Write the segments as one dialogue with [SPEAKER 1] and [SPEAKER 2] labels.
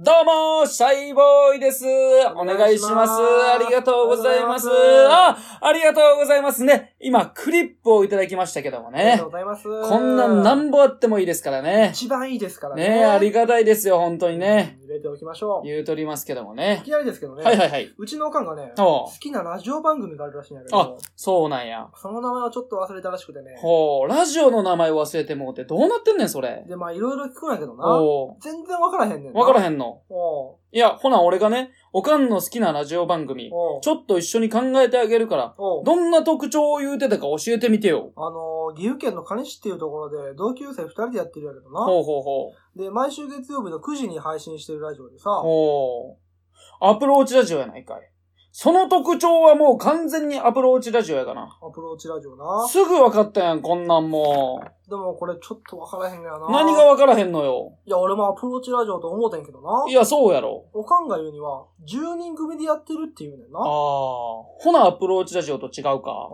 [SPEAKER 1] どうも、シャイボーイです。お願いします。ありがとうございます。あ、ありがとうございますね。今、クリップをいただきましたけども
[SPEAKER 2] ありが
[SPEAKER 1] ね
[SPEAKER 2] とう。ございます。
[SPEAKER 1] こんなん何本あってもいいですからね。
[SPEAKER 2] 一番いいですからね。
[SPEAKER 1] ねえ、ありがたいですよ、本当にね。
[SPEAKER 2] うん。入れておきましょう。
[SPEAKER 1] 言うとりますけども
[SPEAKER 2] い
[SPEAKER 1] ね。
[SPEAKER 2] きなりですけどね。
[SPEAKER 1] はいはいはい。
[SPEAKER 2] うちのおかんがね、
[SPEAKER 1] お
[SPEAKER 2] 好きなラジオ番組があるらしいんだけ
[SPEAKER 1] あ
[SPEAKER 2] ど、、
[SPEAKER 1] そうなんや。
[SPEAKER 2] その名前をちょっと忘れたらしくてね。
[SPEAKER 1] ほう、ラジオの名前忘れてもうてどうなってんねん、それ。
[SPEAKER 2] で、まあいろいろ聞くんやけどな。
[SPEAKER 1] おう
[SPEAKER 2] 全然わからへんねんな。
[SPEAKER 1] わから
[SPEAKER 2] ん。
[SPEAKER 1] へんの。
[SPEAKER 2] おう
[SPEAKER 1] いや、ほな、俺がね、おかんの好きなラジオ番組、
[SPEAKER 2] おう
[SPEAKER 1] ちょっと一緒に考えてあげるから、
[SPEAKER 2] おう
[SPEAKER 1] どんな特徴を言うてたか教えてみてよ。
[SPEAKER 2] あのー、岐阜県の金市っていうところで、同級生二人でやってるやけどな。
[SPEAKER 1] ほうほうほう。
[SPEAKER 2] で、毎週月曜日の9時に配信してるラジオでさ、
[SPEAKER 1] ほう。アプローチラジオやないかい。その特徴はもう完全にアプローチラジオやかな。
[SPEAKER 2] アプローチラジオな。
[SPEAKER 1] すぐ分かったやん、こんなんも
[SPEAKER 2] でもこれちょっとわからへんのやな。
[SPEAKER 1] う。何が分からへんのよ。。
[SPEAKER 2] いや、俺もアプローチラジオと思うてんけどない
[SPEAKER 1] や、そうやろ。
[SPEAKER 2] おかんが言うには、10人組でやってるって言うねんな。
[SPEAKER 1] ああ
[SPEAKER 2] あ。
[SPEAKER 1] ほな、アプローチラジオと違うか。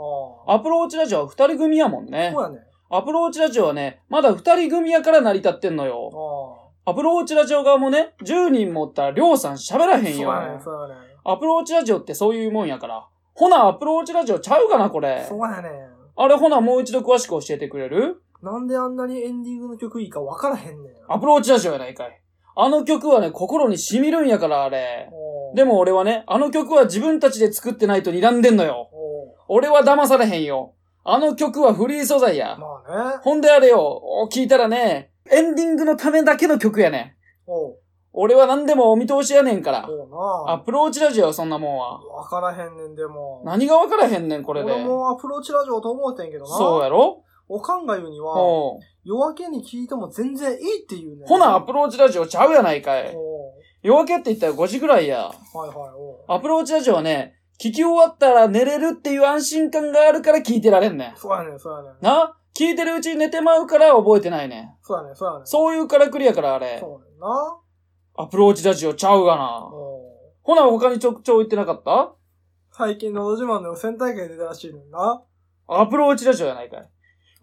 [SPEAKER 2] あ。
[SPEAKER 1] アプローチラジオは二人組やもんね
[SPEAKER 2] そう。やね。
[SPEAKER 1] アプローチラジオはね、まだ二人組やから成り立ってんの
[SPEAKER 2] ああ。
[SPEAKER 1] よ。
[SPEAKER 2] そ
[SPEAKER 1] アプローチラジオ側もね、10人もおったらりょうさん喋ら
[SPEAKER 2] う
[SPEAKER 1] へ
[SPEAKER 2] や
[SPEAKER 1] ん
[SPEAKER 2] ね
[SPEAKER 1] よ。。
[SPEAKER 2] そうやね。
[SPEAKER 1] アプローチラジオってそういうもんやから。ほな、アプローチラジオちゃうかな、これ。
[SPEAKER 2] そうやね。
[SPEAKER 1] あれ、ほな、もう一度詳しく教えてくれる
[SPEAKER 2] なんであんなにエンディングの曲いいかわからへんねん。
[SPEAKER 1] アプローチラジオやないかい。あの曲はね、心に染みるんやから、あれ。
[SPEAKER 2] おう
[SPEAKER 1] でも俺はね、あの曲は自分たちで作ってないと睨んでんのよ。
[SPEAKER 2] おう
[SPEAKER 1] 俺は騙されへんよ。あの曲はフリー素材や。
[SPEAKER 2] まあね。
[SPEAKER 1] ほんであれよ、聞いたらね、エンディングのためだけの曲やね
[SPEAKER 2] おう。
[SPEAKER 1] 俺は何でもお見通しやねんから。
[SPEAKER 2] おう
[SPEAKER 1] ア
[SPEAKER 2] な
[SPEAKER 1] プローチラジオよ、そんなもんは。
[SPEAKER 2] わからへんねん、でも。
[SPEAKER 1] 何がわからへんねん、これで。
[SPEAKER 2] 俺もアプローチラジオと思うてんけどな。
[SPEAKER 1] そうやろ
[SPEAKER 2] おかんが言うには、
[SPEAKER 1] ほう
[SPEAKER 2] 夜明けに聞いても全然いいって言うねん。
[SPEAKER 1] ほな、アプローチラジオちゃうやないかい。
[SPEAKER 2] おう
[SPEAKER 1] 夜明けって言ったら5時ぐらいや。
[SPEAKER 2] はいはい、おう
[SPEAKER 1] アプローチラジオはね、聞き終わったら寝れるっていう安心感があるから聞いてられんねん。
[SPEAKER 2] そうやねん、そうやねん。
[SPEAKER 1] な聞いてるうちに寝てまうから覚えてないねん。
[SPEAKER 2] そうやねん、そうやねん。
[SPEAKER 1] そういうからくりやからあれ。
[SPEAKER 2] そうやねんな。
[SPEAKER 1] アプローチラジオちゃうがな。
[SPEAKER 2] おう
[SPEAKER 1] ほな、他にちょくちょ言ってなかった
[SPEAKER 2] 最近、のど自慢の予選大会出たらしいねんな。
[SPEAKER 1] アプローチラジオやないかい。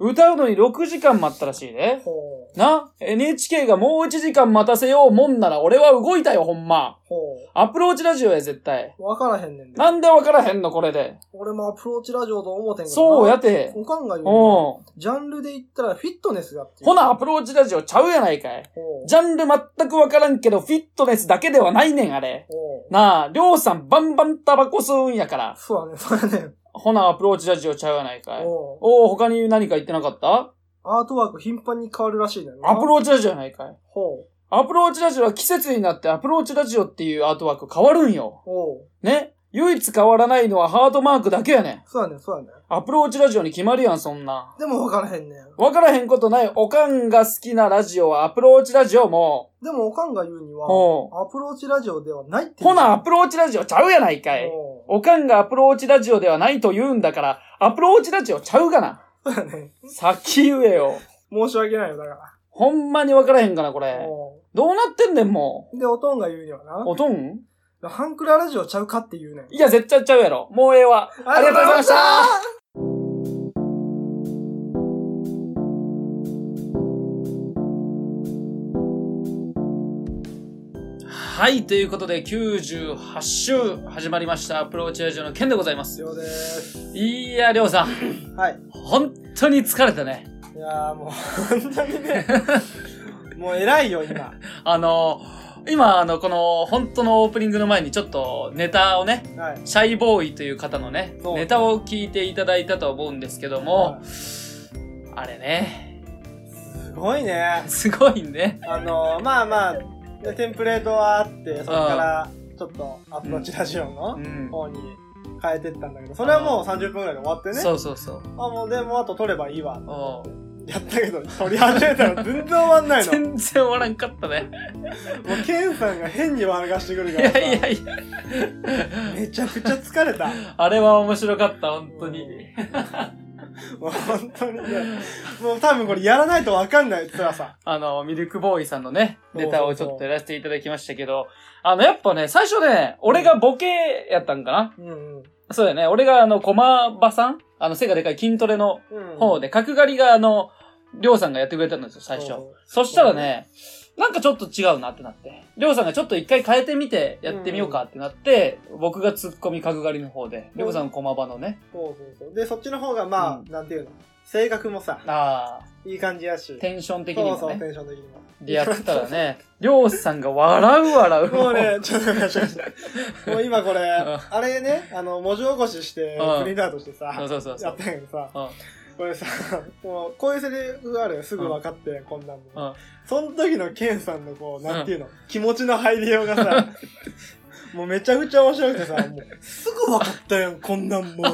[SPEAKER 1] 歌うのに6時間待ったらしいで。
[SPEAKER 2] ほう。
[SPEAKER 1] な ?NHK がもう1時間待たせようもんなら俺は動いたよ、ほんま。
[SPEAKER 2] ほ
[SPEAKER 1] アプローチラジオや、絶対。
[SPEAKER 2] う。わからへんねんで。
[SPEAKER 1] なんでわからへんの、これで。
[SPEAKER 2] 俺もアプローチラジオと思うてんけどな。
[SPEAKER 1] そうやて。
[SPEAKER 2] おかんが言うには。
[SPEAKER 1] おうん。
[SPEAKER 2] ジャンルで言ったらフィットネスがっていう。
[SPEAKER 1] ほな、アプローチラジオちゃうやないかい。
[SPEAKER 2] ほう。
[SPEAKER 1] ジャンル全くわからんけど、フィットネスだけではないねん、あれ。
[SPEAKER 2] ほう。
[SPEAKER 1] なあ、りょうさんバンバンタバコ吸うんやから。
[SPEAKER 2] そうやねん、そうやねん。
[SPEAKER 1] ほな、アプローチラジオちゃうやないかい。
[SPEAKER 2] ほう。
[SPEAKER 1] おお他に何か言ってなかった
[SPEAKER 2] アートワーク頻繁に変わるらしいねんな。
[SPEAKER 1] アプローチラジオやないかい。
[SPEAKER 2] ほう。
[SPEAKER 1] アプローチラジオは季節になってアプローチラジオっていうアートワーク変わるんよ。
[SPEAKER 2] ほう。
[SPEAKER 1] ね唯一変わらないのはハートマークだけやねん。
[SPEAKER 2] そうやねん、そうやねん。
[SPEAKER 1] アプローチラジオに決まるやん、そんなん。
[SPEAKER 2] でもわからへんねん。
[SPEAKER 1] わからへんことない、おかんが好きなラジオはアプローチラジオも、
[SPEAKER 2] でもおかんが言うには
[SPEAKER 1] ほ、
[SPEAKER 2] アプローチラジオではないって言
[SPEAKER 1] ほ
[SPEAKER 2] う。
[SPEAKER 1] な、アプローチラジオちゃうやないかい。
[SPEAKER 2] ほう。
[SPEAKER 1] おかんがアプローチラジオではないと言うんだから、アプローチラジオちゃうがな。
[SPEAKER 2] そうやねん。
[SPEAKER 1] 先言えよ。
[SPEAKER 2] 申し訳ないよ、だか
[SPEAKER 1] ほんまにわからへんかな、こ
[SPEAKER 2] ら。
[SPEAKER 1] れ。
[SPEAKER 2] ほ
[SPEAKER 1] どうなってんねん、も
[SPEAKER 2] う。で、おとんが言うには
[SPEAKER 1] う。
[SPEAKER 2] な
[SPEAKER 1] おとん、
[SPEAKER 2] ハンクララジオちゃうかって言うねん。
[SPEAKER 1] いや、絶対ちゃうやろ。もうええわ。ありがとうございましたはい、ということで、98週始まりました、アプローチラジオの件でございます。
[SPEAKER 2] 以上です。
[SPEAKER 1] いや、りょうさん、
[SPEAKER 2] はい。
[SPEAKER 1] 本当に疲れたね。
[SPEAKER 2] いやーもう、本当 にね、もう偉いよ、今。
[SPEAKER 1] あのー、今、あの、この、本当のオープニングの前にちょっとネタをね、
[SPEAKER 2] はい。
[SPEAKER 1] シャイボーイという方のね、
[SPEAKER 2] そう
[SPEAKER 1] ネタを聞いていただいたと思うんですけども、あれね、
[SPEAKER 2] すごいね。
[SPEAKER 1] すごいね。
[SPEAKER 2] あのー、まあまあ、でテンプレートはあって、そこから、ちょっとアプローチラジオ
[SPEAKER 1] う
[SPEAKER 2] の
[SPEAKER 1] ん。
[SPEAKER 2] 方に変えてったんだけど、それはもう30分ぐらいで終わってね。
[SPEAKER 1] そうそうそう。
[SPEAKER 2] あ、もうでもあと撮ればいいわ。
[SPEAKER 1] お
[SPEAKER 2] やったけど、撮り始めたら全然終わんないの。も
[SPEAKER 1] 全然終わらんかったね。
[SPEAKER 2] う、ケンさんが変に笑かしてくる
[SPEAKER 1] い
[SPEAKER 2] からさ。
[SPEAKER 1] やいやいや、
[SPEAKER 2] めちゃくちゃ疲れた。
[SPEAKER 1] あれは面白かった、本当に。
[SPEAKER 2] もう本当にね。もう多分これやらないとわかんない辛さ。
[SPEAKER 1] あの、ミルクボーイさんのね、
[SPEAKER 2] そうそうそ
[SPEAKER 1] ネ
[SPEAKER 2] う
[SPEAKER 1] タをちょっとやらせていただきましたけど、あの、やっぱね、最初ね、俺がボケやったんかな
[SPEAKER 2] うんうん。
[SPEAKER 1] そうだよね、俺があの、駒場さんあの、背がでかい筋トレの
[SPEAKER 2] うん
[SPEAKER 1] 方で、角刈りがあの、りょうさんがやってくれたんですよ、最初。そしたらね、なんかちょっと違うなってなって。りょうさんがちょっと一回変えてみてやってみようかってなって、僕がツッコミ角刈りの方で、りょうさん駒場のね、
[SPEAKER 2] そうそうそう。で、そっちの方が、まあ、
[SPEAKER 1] うん
[SPEAKER 2] なんていうの、性格もさ、
[SPEAKER 1] ああ、
[SPEAKER 2] いい感じやし。
[SPEAKER 1] テンション的に
[SPEAKER 2] そう
[SPEAKER 1] も
[SPEAKER 2] そう、
[SPEAKER 1] ね、
[SPEAKER 2] テンション的にも。
[SPEAKER 1] でやったらね、りょうさんが笑う笑う。
[SPEAKER 2] もうね、ちょっと待って待って もう今これ、
[SPEAKER 1] ん
[SPEAKER 2] あれね、あの、文字起こしして
[SPEAKER 1] う、ん
[SPEAKER 2] プリントアウトしてさ、
[SPEAKER 1] そうそうそうそ
[SPEAKER 2] やっ
[SPEAKER 1] う。
[SPEAKER 2] たんやけどさ、
[SPEAKER 1] うん
[SPEAKER 2] これさ、もう、こういうセリフがあるよ。すぐ分かって、こんなん
[SPEAKER 1] うん
[SPEAKER 2] も。その時のケンさんのこう、なんていうの、気持ちの入りようがさ、もうめちゃくちゃ面白くてさ、もう、すぐ分かったやん、こんなんもう。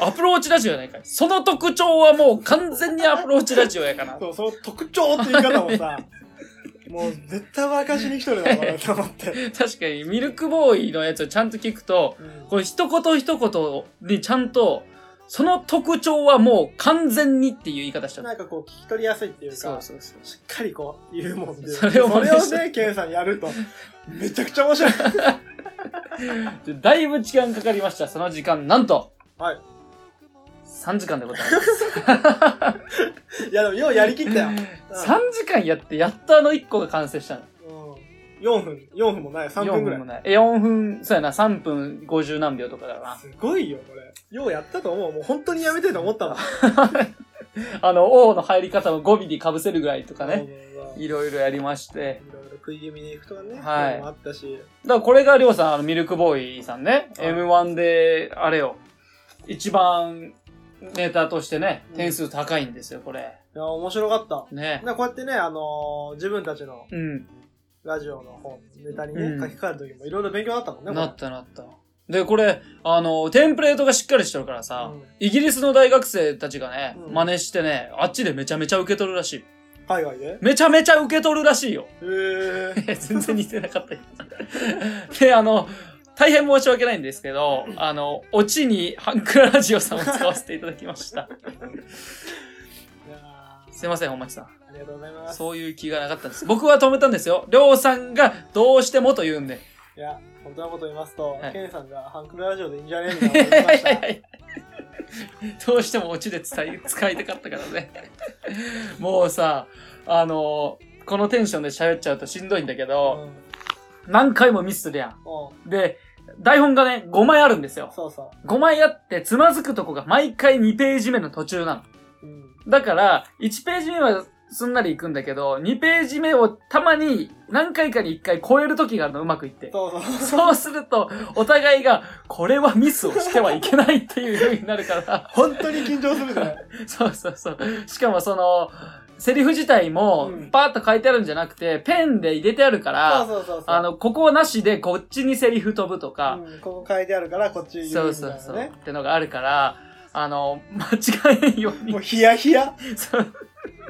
[SPEAKER 1] アプローチラジオやないかい。その特徴はもう完全にアプローチラジオやから。
[SPEAKER 2] そう、その特徴って言い方も さ、もう絶対若しに一人だろうなと思って。
[SPEAKER 1] 確かに、ミルクボーイのやつをちゃんと聞くと、これ一言一言にちゃんと、その特徴はもう完全にっていう言い方しちゃっ
[SPEAKER 2] なんかこう聞き取りやすいっていう
[SPEAKER 1] た。
[SPEAKER 2] か、
[SPEAKER 1] そうそうそう。
[SPEAKER 2] しっかりこう言うもんで。
[SPEAKER 1] それを
[SPEAKER 2] そ
[SPEAKER 1] 真似
[SPEAKER 2] れを
[SPEAKER 1] した
[SPEAKER 2] ね、ケンさんやると、めちゃくち ゃ面白い。
[SPEAKER 1] でだいぶ時間かかりました。その時間、なんと、
[SPEAKER 2] はい。
[SPEAKER 1] 3時間でございます。
[SPEAKER 2] いや、でもようやりきったよ。
[SPEAKER 1] 3時間やって、やっとあの1個が完成したの。
[SPEAKER 2] うん。4分、4分もない、3分ぐら
[SPEAKER 1] 4
[SPEAKER 2] い
[SPEAKER 1] も。ない。え、4分、そうやな、3分50何秒とかだな。
[SPEAKER 2] すごいよ、これ。ようやったと思う。もう本当にやめてと思ったわ。
[SPEAKER 1] あの、王の入り方を語尾に被せるぐらいとかね。
[SPEAKER 2] うんい
[SPEAKER 1] いろいろやりまして。
[SPEAKER 2] ろいろ食い気味に行くとか
[SPEAKER 1] は
[SPEAKER 2] ね、
[SPEAKER 1] い
[SPEAKER 2] そううのもあったし。
[SPEAKER 1] だからこれがりょうさん、あの、ミルクボーイさんね、
[SPEAKER 2] はい
[SPEAKER 1] M1 で、あれよ、一番ネタとしてね、点数高いんですよ、これ。
[SPEAKER 2] いや、面白かった。
[SPEAKER 1] ね。
[SPEAKER 2] なこうやってね、あのー自分たちの
[SPEAKER 1] うん。
[SPEAKER 2] ラジオの本、ネタにね、
[SPEAKER 1] うん
[SPEAKER 2] 書き換える時もいろいろ勉強になったもんね、
[SPEAKER 1] なったなった。で、これ、あの、テンプレートがしっかりしてるから
[SPEAKER 2] た
[SPEAKER 1] さ、イギリスの大学生たちがね、
[SPEAKER 2] うん
[SPEAKER 1] 真似してね、あっちでめちゃめちゃ受け取るらしい。
[SPEAKER 2] 海外でへ
[SPEAKER 1] めちゃめちゃ受け取るらしいよ。
[SPEAKER 2] えー。
[SPEAKER 1] え全然似てなかったよ で、あの、大変申し訳ないんですけ ど、あの、オチにハンクララジオさんを使わせていただきました。
[SPEAKER 2] いやーあ
[SPEAKER 1] すいません、本町さん。
[SPEAKER 2] りがとうございます。
[SPEAKER 1] そういう気がなかったんです。僕は止めたんですよ。りょうさんがどうしてもと言うんで。
[SPEAKER 2] いや、本当のこと言いますと、
[SPEAKER 1] はい
[SPEAKER 2] ケンさんがハンクルラジオでいいんじゃねえみたいなこと言いました。
[SPEAKER 1] どうしてもオチで伝え、使いたかったからね。もうさ、あのこのテンションで喋っちゃうとしんどいんだけ
[SPEAKER 2] うん
[SPEAKER 1] ど、
[SPEAKER 2] うん
[SPEAKER 1] 何回もミスするやん。で、台本がね、5枚あるんですよ。
[SPEAKER 2] そうそ
[SPEAKER 1] 5枚あって、つまずくとこが毎回2ページ目の途中なの。
[SPEAKER 2] う。うん。
[SPEAKER 1] だから、1ページ目はすんなりいくんだけど、2ページ目をたまに何回かに1回超える時があるの、うまくいって。
[SPEAKER 2] そうそう。
[SPEAKER 1] そうすると、お互いが、これはミスをしてはいけないっていう風になるから、
[SPEAKER 2] 本当に緊張するね。
[SPEAKER 1] そうそうそう。しかもその、セリフ自体も
[SPEAKER 2] うん、
[SPEAKER 1] パーッと書いてあるんじゃなくて、ペンで入 れてあるか
[SPEAKER 2] そう
[SPEAKER 1] ら、
[SPEAKER 2] そうそうそう。
[SPEAKER 1] あの、ここなしでこっちにセリフ飛ぶとか、
[SPEAKER 2] うん、ここ書いてあるから、こっち言
[SPEAKER 1] そうう
[SPEAKER 2] みたい
[SPEAKER 1] そう
[SPEAKER 2] な
[SPEAKER 1] そう、
[SPEAKER 2] ね。
[SPEAKER 1] ってのがあるから、あの、間違えんよう
[SPEAKER 2] も
[SPEAKER 1] に。
[SPEAKER 2] うヒヤヒヤ。
[SPEAKER 1] そう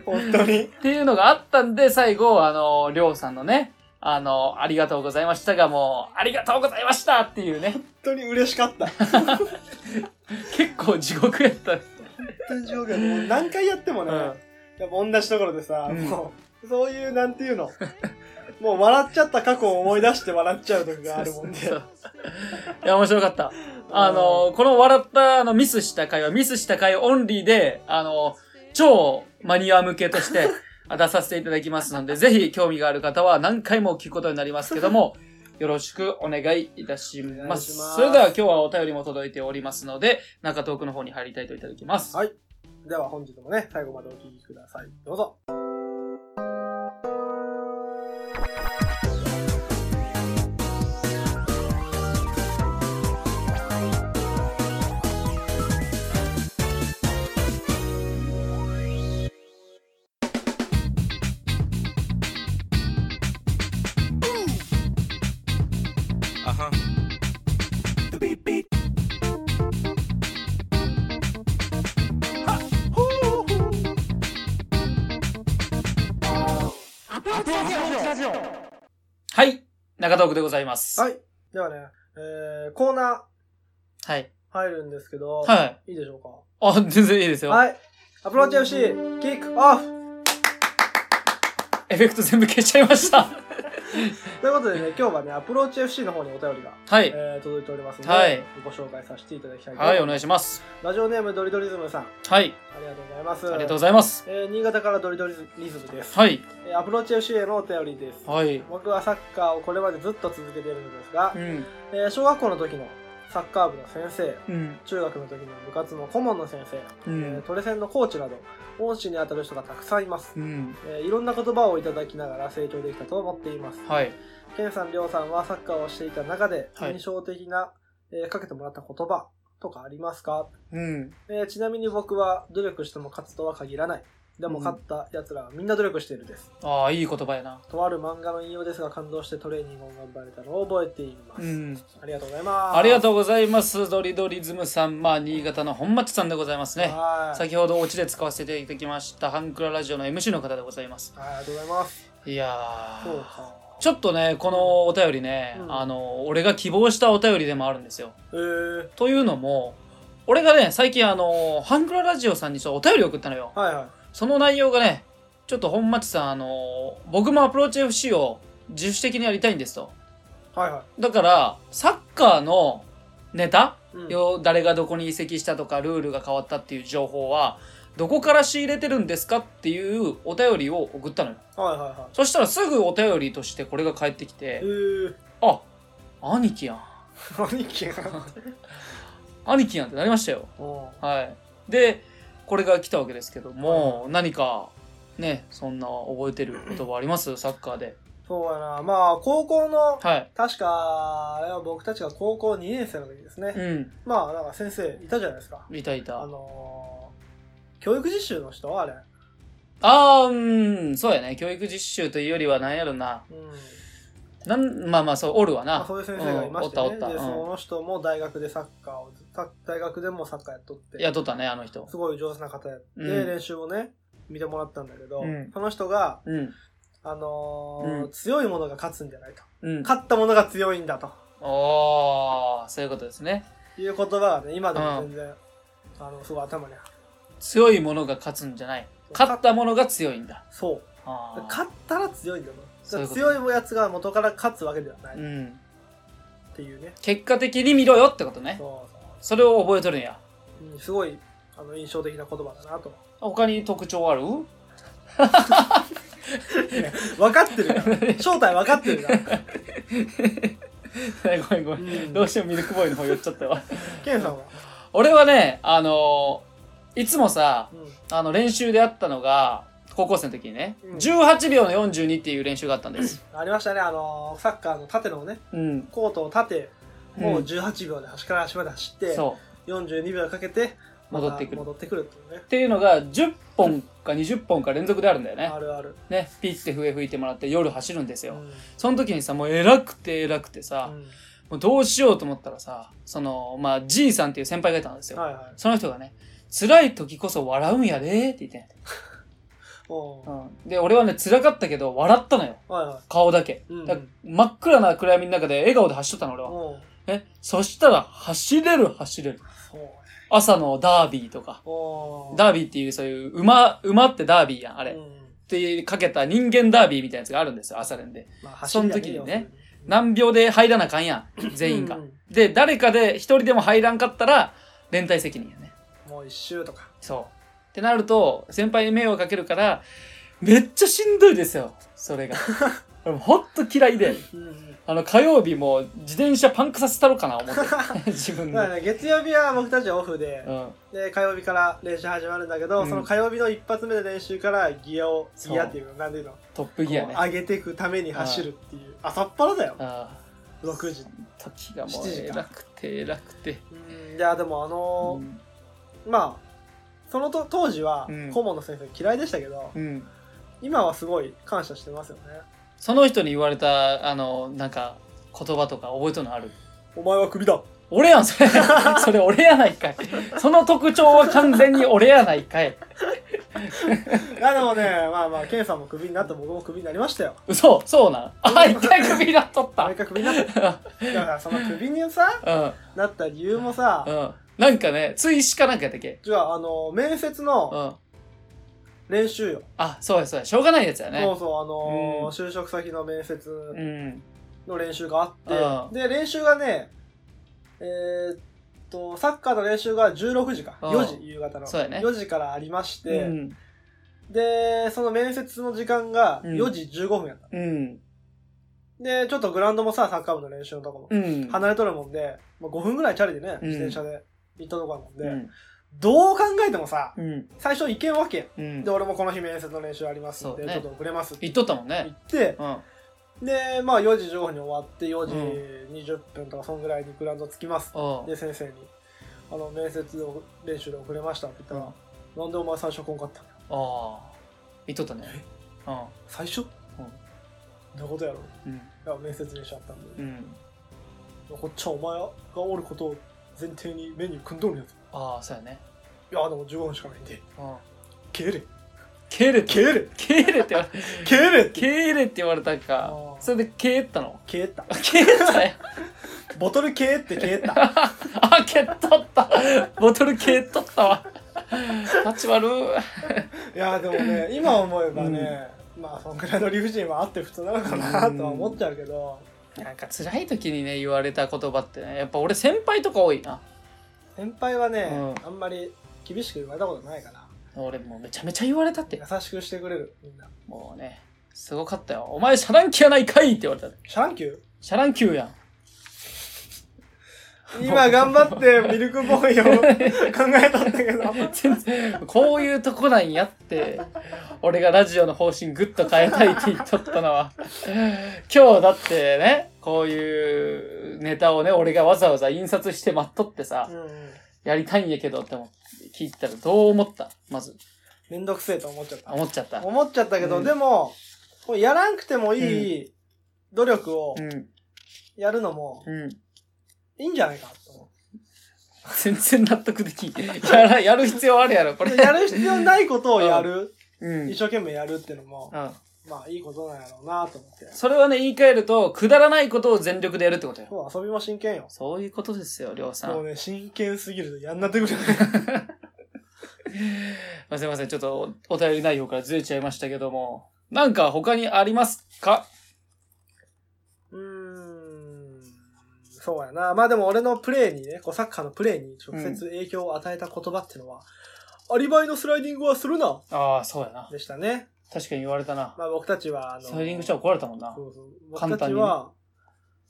[SPEAKER 2] 本当に。
[SPEAKER 1] っていうのがあったんで、最後、あの、りょうさんのね、あの、ありがとうございましたが、もう、ありがとうございましたっていうね、
[SPEAKER 2] 本当に嬉しかった。本
[SPEAKER 1] 結構地獄やった。
[SPEAKER 2] 当に上下もう何回やってもね、
[SPEAKER 1] うん
[SPEAKER 2] やっぱ同じところでさ、
[SPEAKER 1] うん
[SPEAKER 2] もう、そういう、なんていうの。もう笑っちゃった過去を思い出して笑っちゃう時があるもんで。
[SPEAKER 1] そうそういや、面白か った。あの、この笑った、あの、ミスした回は、ミスした回オンリーで、あの、超マニア向けと して、あ出させていただきますので、ぜひ興味がある方は何回も聞くことになりますけども、よろしくお願いいたし
[SPEAKER 2] お願いし
[SPEAKER 1] ま。
[SPEAKER 2] ますす
[SPEAKER 1] それでは今日はお便りも届いておりますので、中トークの方に入りたいといただきます。
[SPEAKER 2] はいでは本日もね、最後までお聞きください。どうぞ。
[SPEAKER 3] Uh-huh.
[SPEAKER 1] はい。中トークでございます。
[SPEAKER 2] はい。ではね、えー、コーナ
[SPEAKER 1] はい。
[SPEAKER 2] ー入るんですけど、
[SPEAKER 1] はい。
[SPEAKER 2] い、いでしょう
[SPEAKER 1] あ、全然いいです
[SPEAKER 2] か
[SPEAKER 1] よ。
[SPEAKER 2] はい。アプローチ FC、キックオフ
[SPEAKER 1] エフェクト全部消しちゃいました。
[SPEAKER 2] ということでね、今日はね、アプローチ FC の方にお便りが、
[SPEAKER 1] はい。
[SPEAKER 2] えー届いておりますので、
[SPEAKER 1] はい
[SPEAKER 2] ご紹介させていただきたいと思
[SPEAKER 1] はい、お
[SPEAKER 2] いま
[SPEAKER 1] 願いします。
[SPEAKER 2] す。ラジオネームドリドリズムさん、あ
[SPEAKER 1] はい。
[SPEAKER 2] りがとうございます。
[SPEAKER 1] ありがとうご
[SPEAKER 2] う
[SPEAKER 1] ざいます。
[SPEAKER 2] えー新潟からドリドリズムです。
[SPEAKER 1] はい。
[SPEAKER 2] えーアプローチ FC へのお便りです。
[SPEAKER 1] はい。
[SPEAKER 2] 僕はサッカーをこれまでずっと続けているのですが
[SPEAKER 1] う、ん。
[SPEAKER 2] えー小学校の時のサッカー部の先生、
[SPEAKER 1] うん。
[SPEAKER 2] 中学の時の部活の顧問の先生、
[SPEAKER 1] う
[SPEAKER 2] えー
[SPEAKER 1] ん。
[SPEAKER 2] トレセンのコーチなど、恩師にあたる人がたくさんいます。
[SPEAKER 1] うん。
[SPEAKER 2] えーいろんな言葉をいただきながら成長できたと思っています。
[SPEAKER 1] はい。
[SPEAKER 2] ケンさん、りょうさんはサッカーをしていた中で、
[SPEAKER 1] はい
[SPEAKER 2] 印象的な、えーかけてもらった言葉とかありますか、
[SPEAKER 1] うん。
[SPEAKER 2] えーちなみに僕は努力しても勝つとは限らない。でも勝った奴らはみんな努力しているです。
[SPEAKER 1] ああ、いい言葉やな。
[SPEAKER 2] とある漫画の引用ですが感動してトレーニングを頑張れたのを覚えています。
[SPEAKER 1] うん。
[SPEAKER 2] ありがとうございます。
[SPEAKER 1] ありがとうございます。ドリドリズムさん、まあ、新潟の本町さんでございますね。
[SPEAKER 2] はい。
[SPEAKER 1] 先ほどオチで使わせていただきました、ハンクララジオの MC の方でございます。
[SPEAKER 2] はいありがとうございます。
[SPEAKER 1] いや
[SPEAKER 2] そう
[SPEAKER 1] ー。
[SPEAKER 2] か。
[SPEAKER 1] ちょっとね、このお便りね、
[SPEAKER 2] うん
[SPEAKER 1] あの、俺が希望したお便りでもあるんですよ。
[SPEAKER 2] えー、
[SPEAKER 1] というのも、俺がね、最近あの、ハンクララジオさんにちょっとお便りを送ったのよ。
[SPEAKER 2] はいはい。
[SPEAKER 1] その内容がね、ちょっと本町さん、あの、僕もアプローチ FC を自主的にやりたいんですと。
[SPEAKER 2] はいは
[SPEAKER 1] だから、サッカーのネタ、
[SPEAKER 2] い。うん、
[SPEAKER 1] よ誰がどこに移籍したとか、ルールが変わったっていう情報は、どこから仕入れてるんですかっていうお便りを送ったのよ。
[SPEAKER 2] はいはいはい。
[SPEAKER 1] そしたらすぐお便りとしてこれが返ってき
[SPEAKER 2] え
[SPEAKER 1] て、
[SPEAKER 2] ー、
[SPEAKER 1] あ、兄貴やん。
[SPEAKER 2] 兄貴が。
[SPEAKER 1] 兄貴やんってなりましたよ。
[SPEAKER 2] おう
[SPEAKER 1] はい。で、これが来たわけですけども、何か、ね、そんな覚えてる言葉ありますサッカーで。
[SPEAKER 2] そうやな。まあ、高校
[SPEAKER 1] は
[SPEAKER 2] の、
[SPEAKER 1] い。
[SPEAKER 2] 確か、いや僕たちが高校2年生の時ですね。
[SPEAKER 1] うん。
[SPEAKER 2] まあ、なんか先生いたじゃないですか。
[SPEAKER 1] いたいた。
[SPEAKER 2] あ
[SPEAKER 1] あ
[SPEAKER 2] のー、教育実習の人あれ。
[SPEAKER 1] あー、うん、そうやね。教育実習というよりは何やろな。
[SPEAKER 2] うん。
[SPEAKER 1] なん、まあまあ、そう、おるわ
[SPEAKER 2] まあ、
[SPEAKER 1] な。
[SPEAKER 2] そういう先生がいまして、ね
[SPEAKER 1] うんおったおった
[SPEAKER 2] で、
[SPEAKER 1] うん
[SPEAKER 2] その人も大学でサッカーを、さ大学でもサッカーやっとって。
[SPEAKER 1] 雇ったね、あの人。
[SPEAKER 2] すごい上手な方やって、
[SPEAKER 1] うん
[SPEAKER 2] 練習をね、見てもらったんだけど、
[SPEAKER 1] うん
[SPEAKER 2] その人が、
[SPEAKER 1] うん。
[SPEAKER 2] あのー
[SPEAKER 1] うん
[SPEAKER 2] 強いものが勝つんじゃないと。
[SPEAKER 1] うん。
[SPEAKER 2] 勝ったものが強いんだと
[SPEAKER 1] おー、そういうことですね。
[SPEAKER 2] いう言葉がね、今でも全然、あの、すごい頭にある。
[SPEAKER 1] 強いものが勝つんじゃない。勝ったものが強いんだ。
[SPEAKER 2] そう。
[SPEAKER 1] あー
[SPEAKER 2] 勝ったら強いんだよな。
[SPEAKER 1] そういうこと
[SPEAKER 2] 強いやつが元から勝つわけではないっ
[SPEAKER 1] うん。
[SPEAKER 2] ていうね。
[SPEAKER 1] 結果的に見ろよってことね。
[SPEAKER 2] そう
[SPEAKER 1] それを覚えとるんや。
[SPEAKER 2] そううんすごい、あの、印象的な言葉だなと。
[SPEAKER 1] 他に特徴ある
[SPEAKER 2] 分かってる から。正体分かってるから。
[SPEAKER 1] ごめんごめ。
[SPEAKER 2] うんん
[SPEAKER 1] どうしてもミルクボーイの方寄っちゃったわ。
[SPEAKER 2] ケンさんは。
[SPEAKER 1] 俺はね、あのーいつもさ、
[SPEAKER 2] うん。
[SPEAKER 1] あの練習であったのが、高校生の時にね、
[SPEAKER 2] うん
[SPEAKER 1] 18秒の42っていう練習があったんです。
[SPEAKER 2] ありましたね、あの、サッカーの縦のね、
[SPEAKER 1] うん。
[SPEAKER 2] コートを縦、もう
[SPEAKER 1] うん
[SPEAKER 2] 18秒で端から端まで走って、
[SPEAKER 1] そう。
[SPEAKER 2] 42秒かけて、また
[SPEAKER 1] 戻ってくる
[SPEAKER 2] 戻ってくるっていうね
[SPEAKER 1] っ。ていうのが、10本か20本か連続であるんだよね
[SPEAKER 2] あ。るある。
[SPEAKER 1] ね、ピッて笛吹いてもらって夜走るんです
[SPEAKER 2] う
[SPEAKER 1] よ。
[SPEAKER 2] ん
[SPEAKER 1] その時にさ、もう偉くて偉くてさ、
[SPEAKER 2] うん
[SPEAKER 1] もうどうしようと思ったらさ、その、まあ、じいさんっていう先輩がいたんですよ。
[SPEAKER 2] はいはい。
[SPEAKER 1] その人がね、辛い時こそ笑うんやでーって言ってんやて
[SPEAKER 2] おう
[SPEAKER 1] うん。で、俺はね、辛かったけど、笑ったのよ。
[SPEAKER 2] はいはい。
[SPEAKER 1] 顔だけ。
[SPEAKER 2] うん
[SPEAKER 1] だ真っ暗な暗闇の中で笑顔で走っとったの、俺は。
[SPEAKER 2] おう
[SPEAKER 1] ね。そしたら、走れる、走れる。
[SPEAKER 2] そうね。
[SPEAKER 1] 朝のダービーとか。
[SPEAKER 2] おう
[SPEAKER 1] ダービーっていう、そういう、馬、馬ってダービーやん、あれ。
[SPEAKER 2] う
[SPEAKER 1] っ
[SPEAKER 2] ん
[SPEAKER 1] てかけた人間ダービーみたいなやつがあるんですよ、朝練で。
[SPEAKER 2] まあ
[SPEAKER 1] その時にね
[SPEAKER 2] 走りゃいいよ。
[SPEAKER 1] 何秒で入らなあかんやん、全員が。で、誰かで一人でも入らんかったら、連帯責任やね。
[SPEAKER 2] もう一周とか。
[SPEAKER 1] そう。ってなると、先輩に迷惑かけるから、めっちゃしんどいですよ、それが。 俺もほんと嫌いで。 あの、火曜日も自転車パンクさせたろかな、思って。自分
[SPEAKER 2] だ
[SPEAKER 1] で。
[SPEAKER 2] からね、月曜日は僕たちはオフで
[SPEAKER 1] う、ん。
[SPEAKER 2] で、火曜日から練習始まるんだけど、
[SPEAKER 1] うん
[SPEAKER 2] その火曜日の一発目の練習からギアを、
[SPEAKER 1] そう
[SPEAKER 2] ギアっていうの、なんていうの、
[SPEAKER 1] トップギア
[SPEAKER 2] こ
[SPEAKER 1] ね。
[SPEAKER 2] う上げていくために走るっていう。朝っぱらだよ、
[SPEAKER 1] ああ。
[SPEAKER 2] 6時。
[SPEAKER 1] 時がもう
[SPEAKER 2] 7時か
[SPEAKER 1] 偉くて偉くて。
[SPEAKER 2] うんいや、でもあのー、まあ、そのと当時は
[SPEAKER 1] うん
[SPEAKER 2] 顧問の先生嫌いでしたけど、
[SPEAKER 1] うん。
[SPEAKER 2] 今はすごい感謝してますよね。
[SPEAKER 1] その人に言われた、あの、なんか、言葉とか覚えとるのある
[SPEAKER 2] お前はクビだ。
[SPEAKER 1] 俺やん、それ。 それ俺やないかい。その特徴は完全に俺やないかい。
[SPEAKER 2] いや、でもね、 まあまあ、ケンさんもクビになって僕もクビになりましたよ。
[SPEAKER 1] 嘘そうなんあ、一回首なっとった。
[SPEAKER 2] 毎回クビになって。だからそのクビに さ、
[SPEAKER 1] う
[SPEAKER 2] なった理由もさ、
[SPEAKER 1] ん。うん。なんかね、追試かなんかやったっけ
[SPEAKER 2] じゃあ、あの、面接の
[SPEAKER 1] うん。
[SPEAKER 2] 練習よ。
[SPEAKER 1] あ、そうです、そうです。しょうがないやつや
[SPEAKER 2] そう
[SPEAKER 1] ね。
[SPEAKER 2] そう、あの
[SPEAKER 1] う
[SPEAKER 2] ー
[SPEAKER 1] ん
[SPEAKER 2] 就職先の面接
[SPEAKER 1] うん。
[SPEAKER 2] の練習があ
[SPEAKER 1] あ
[SPEAKER 2] っ
[SPEAKER 1] あ
[SPEAKER 2] て、で、練習がね、えーっと、サッカーの練習が16時か、
[SPEAKER 1] ああ
[SPEAKER 2] 4時、夕方の。
[SPEAKER 1] そうやね
[SPEAKER 2] 4時からありまし
[SPEAKER 1] う
[SPEAKER 2] て、
[SPEAKER 1] ん。
[SPEAKER 2] で、その面接の時間が
[SPEAKER 1] うん
[SPEAKER 2] 4時15分やった。
[SPEAKER 1] うん。
[SPEAKER 2] で、ちょっとグラウンドもさ、サッカー部の練習のとこも
[SPEAKER 1] うん。
[SPEAKER 2] 離れとるもんで、まあ、5分ぐらいチャリでね、
[SPEAKER 1] うん
[SPEAKER 2] 自転車で行ったとこやもんで、
[SPEAKER 1] うん。
[SPEAKER 2] どう考えてもさ、
[SPEAKER 1] うん。
[SPEAKER 2] 最初行けんわけやん。
[SPEAKER 1] うん
[SPEAKER 2] で、。俺もこの日面接の練習ありますん
[SPEAKER 1] そ
[SPEAKER 2] で、
[SPEAKER 1] うね
[SPEAKER 2] ちょっと遅れますって
[SPEAKER 1] 言っとったもん
[SPEAKER 2] 言
[SPEAKER 1] ね。
[SPEAKER 2] って、
[SPEAKER 1] うん。
[SPEAKER 2] で、まあ4時15分に終わって、
[SPEAKER 1] う
[SPEAKER 2] 4時20分とか、そんぐらいにグラウンド着きます。
[SPEAKER 1] お
[SPEAKER 2] で、先生に、あの、面接を練習で遅れましたって言ったら、なんでお前最初来んかったの
[SPEAKER 1] ああ。言っとったね。う
[SPEAKER 2] 最初なことやろ
[SPEAKER 1] ん。うん。
[SPEAKER 2] いや、面接練習あったんで。
[SPEAKER 1] うん。
[SPEAKER 2] こっちはお前がおることを前提にメニュー組んどるんやつ。い
[SPEAKER 1] ああ、そうやね。
[SPEAKER 2] や、でも15分しかないんで。
[SPEAKER 1] うん。
[SPEAKER 2] けれ、
[SPEAKER 1] けれ
[SPEAKER 2] け
[SPEAKER 1] て、
[SPEAKER 2] れ、
[SPEAKER 1] けれって言われ
[SPEAKER 2] けれ
[SPEAKER 1] けれって言われた
[SPEAKER 2] あ
[SPEAKER 1] か。
[SPEAKER 2] ー
[SPEAKER 1] それで、けえったの。
[SPEAKER 2] けえった。
[SPEAKER 1] けえったよ。
[SPEAKER 2] ボトルけえってけえった。
[SPEAKER 1] あ、けっとった。ボトルけっとったわ。立ち悪う。
[SPEAKER 2] いや、でもね、今思えばね、まあ、そんぐらいの理不尽はあって普通なのかなとは思っちゃうけど、
[SPEAKER 1] なんか辛い時にね、言われた言葉ってね、やっぱ俺先輩とか多いな。
[SPEAKER 2] 先輩はね、
[SPEAKER 1] うん
[SPEAKER 2] あんまり厳しく言われたことないから、
[SPEAKER 1] 俺もうめちゃめちゃ言われたって。
[SPEAKER 2] 優しくしてくれる、みんな。
[SPEAKER 1] もうね、すごかったよ。お前、シャランキやないかいって言われた。
[SPEAKER 2] シャランキュー
[SPEAKER 1] シャランキューやん。
[SPEAKER 2] 今頑張ってミルクボーイを考えたんだけ ど、
[SPEAKER 1] 全然、こういうとこなんやって、俺がラジオの方針ぐっと変えたいって言っとったのは、今日だってね、こういうネタをね、俺がわざわざ印刷して待っとってさ
[SPEAKER 2] う、ん、
[SPEAKER 1] やりたいんやけどって思って聞いたらどう思ったまず。
[SPEAKER 2] めんどくせえと思っちゃった
[SPEAKER 1] あ。思っちゃった。
[SPEAKER 2] 思っちゃったけど、
[SPEAKER 1] うん
[SPEAKER 2] でも、こうやらんくてもいい努力を
[SPEAKER 1] うん。
[SPEAKER 2] やるのも
[SPEAKER 1] うん。
[SPEAKER 2] いいんじゃないかと思
[SPEAKER 1] 全然納得できん。やら、やる必要あるやろ、これ。
[SPEAKER 2] う。やる必要ないことをやる、
[SPEAKER 1] うん。う
[SPEAKER 2] 一生懸命やるっていうのも、
[SPEAKER 1] ん。
[SPEAKER 2] まあいいことなんやろうなと思って。
[SPEAKER 1] それはね、言い換えると、くだらないことを全力でやるってことよ。
[SPEAKER 2] そう遊びも真剣よ。
[SPEAKER 1] そういうことですよ、りょうさん。
[SPEAKER 2] もうね、真剣すぎるとやんなってくれない。
[SPEAKER 1] まあ、すいません、ちょっとおお便り内容からずれちゃいましたけども。なんか他にありますか
[SPEAKER 2] うーん、そうやな。まあでも俺のプレーにね、こうサッカーのプレーに直接影響を与えた言葉っていうのは、アリバイのスライディングはするな
[SPEAKER 1] ああ、そうやな。
[SPEAKER 2] でしたね。
[SPEAKER 1] 確かに言われたな。
[SPEAKER 2] まあ僕たちは、あの、
[SPEAKER 1] スライディングしたら怒られたもんな
[SPEAKER 2] そ。うそう僕
[SPEAKER 1] 簡
[SPEAKER 2] た
[SPEAKER 1] 単
[SPEAKER 2] ち
[SPEAKER 1] にね
[SPEAKER 2] は、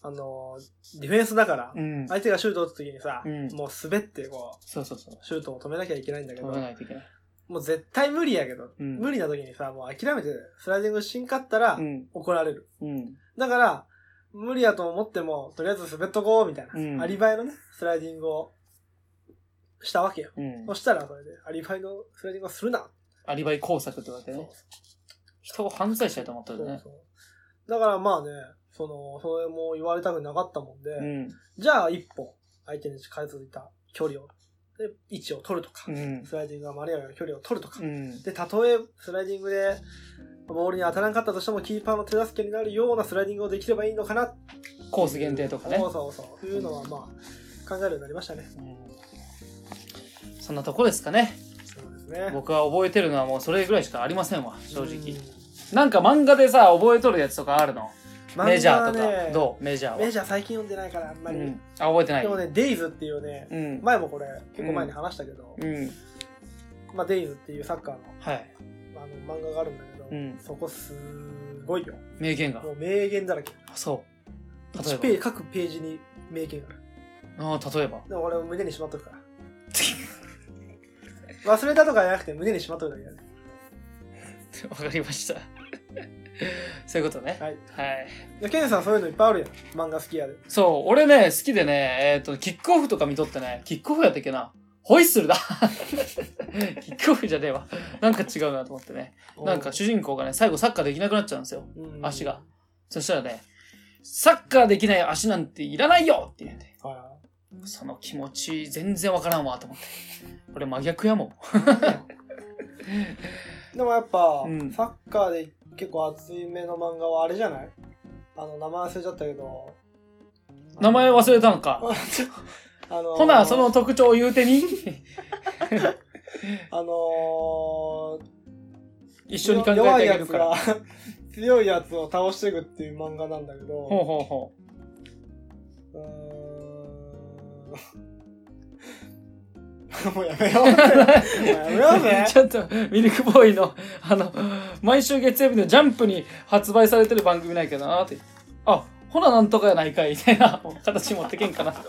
[SPEAKER 2] あの、ディフェンスだから、
[SPEAKER 1] うん。
[SPEAKER 2] 相手がシュートを打つ時にさ、
[SPEAKER 1] うん
[SPEAKER 2] もう滑ってこ
[SPEAKER 1] そうそうそう
[SPEAKER 2] う、。シュートを止めなきゃいけないんだけ
[SPEAKER 1] 止
[SPEAKER 2] ど、
[SPEAKER 1] めないといけない。
[SPEAKER 2] もう絶対無理やけど、
[SPEAKER 1] うん
[SPEAKER 2] 無理な時にさ、もう諦めてスライディングしんかったら
[SPEAKER 1] うん。
[SPEAKER 2] 怒られる。
[SPEAKER 1] うん。
[SPEAKER 2] だから、無理やと思っても、とりあえず滑っとこう、みたいな、
[SPEAKER 1] うん
[SPEAKER 2] アリバイのね、スライディングをしたわけよ。
[SPEAKER 1] うん
[SPEAKER 2] そ。したら、それで、アリバイのスライディングをするな。
[SPEAKER 1] アリバイ工作ってわけね。人を犯罪者やと思った
[SPEAKER 2] そう
[SPEAKER 1] よね。
[SPEAKER 2] そうだからまあね、その、それも言われたくなかったもんで、
[SPEAKER 1] うん。
[SPEAKER 2] じゃあ一歩、相手に近づいた距離を、で、位置を取るとか、
[SPEAKER 1] うん。
[SPEAKER 2] スライディングがマリアの距離を取るとか、
[SPEAKER 1] うん。
[SPEAKER 2] で、たとえスライディングで、ボールに当たらなかったとしても、キーパーの手助けになるようなスライディングをできればいいのかな
[SPEAKER 1] コース限定とかね
[SPEAKER 2] そ。うそうそう。いうのはまあ、考えるようになりましたね。
[SPEAKER 1] うんそんなとこですかね。
[SPEAKER 2] そうですね。
[SPEAKER 1] 僕は覚えてるのはもうそれぐらいしかありませんわ、正
[SPEAKER 2] うん
[SPEAKER 1] 直。。なんか漫画でさ、覚えとるやつとかあるのメジャーとか。
[SPEAKER 2] 漫画はね
[SPEAKER 1] どうメジャーは。
[SPEAKER 2] メジャー最近読んでないからあんまり。
[SPEAKER 1] うん。あ、覚えてない
[SPEAKER 2] で。もね、デイズっていうね、
[SPEAKER 1] うん。
[SPEAKER 2] 前もこれ、結構前に話したけど、
[SPEAKER 1] うん。
[SPEAKER 2] まあ、デイズっていうサッカーの
[SPEAKER 1] はい。
[SPEAKER 2] あの漫画があるんだけど、
[SPEAKER 1] うん
[SPEAKER 2] そこすごいよ。
[SPEAKER 1] 名言が。
[SPEAKER 2] もう名言だらけ。
[SPEAKER 1] あそう。例
[SPEAKER 2] 1ペ
[SPEAKER 1] え
[SPEAKER 2] ージ、各ページに名言がある。
[SPEAKER 1] ば。ああ、例えば。
[SPEAKER 2] でも俺も胸にしまっとくから。忘れたとかじゃなくて胸にしまっとくだけだね。
[SPEAKER 1] わかりました。 そういうことね。は
[SPEAKER 2] はい。
[SPEAKER 1] い。
[SPEAKER 2] でケンさんそういうのいっぱいあるやん。漫画好きやで。
[SPEAKER 1] そう、俺ね、好きでね、えっ、と、キックオフとか見とってね、キックオフやったっけな。ホイッスルだ キックオフじゃねえわ。なんか違うなと思ってね。なんか主人公がね、最後サッカーできなくなっちゃうんですよ。
[SPEAKER 2] うん
[SPEAKER 1] 足が。そしたらね、サッカーできない足なんていらないよって言うんで、
[SPEAKER 2] はいはい
[SPEAKER 1] その気持ち全然わからんわと思って。これ真逆やもん。
[SPEAKER 2] でもやっぱ、
[SPEAKER 1] うん
[SPEAKER 2] サッカーで結構熱い目の漫画はあれじゃないあの名前忘れちゃったけど
[SPEAKER 1] 名前忘れたのか。
[SPEAKER 2] あのー
[SPEAKER 1] ほな、その特徴を言うてに。
[SPEAKER 2] あのー
[SPEAKER 1] 一緒に考えてあげるから。
[SPEAKER 2] 弱いやつが 強いやつを倒していくっていう漫画なんだけど、
[SPEAKER 1] ほうほうほう。。
[SPEAKER 2] うーん もうやめようぜ。もうやめようぜ
[SPEAKER 1] ちょっと、ミルクボーイの、あの、毎週月曜日のジャンプに発売されてる番組ないけどなって。あ、ほらなんとかやないかい、みたいな形持ってけんかな って。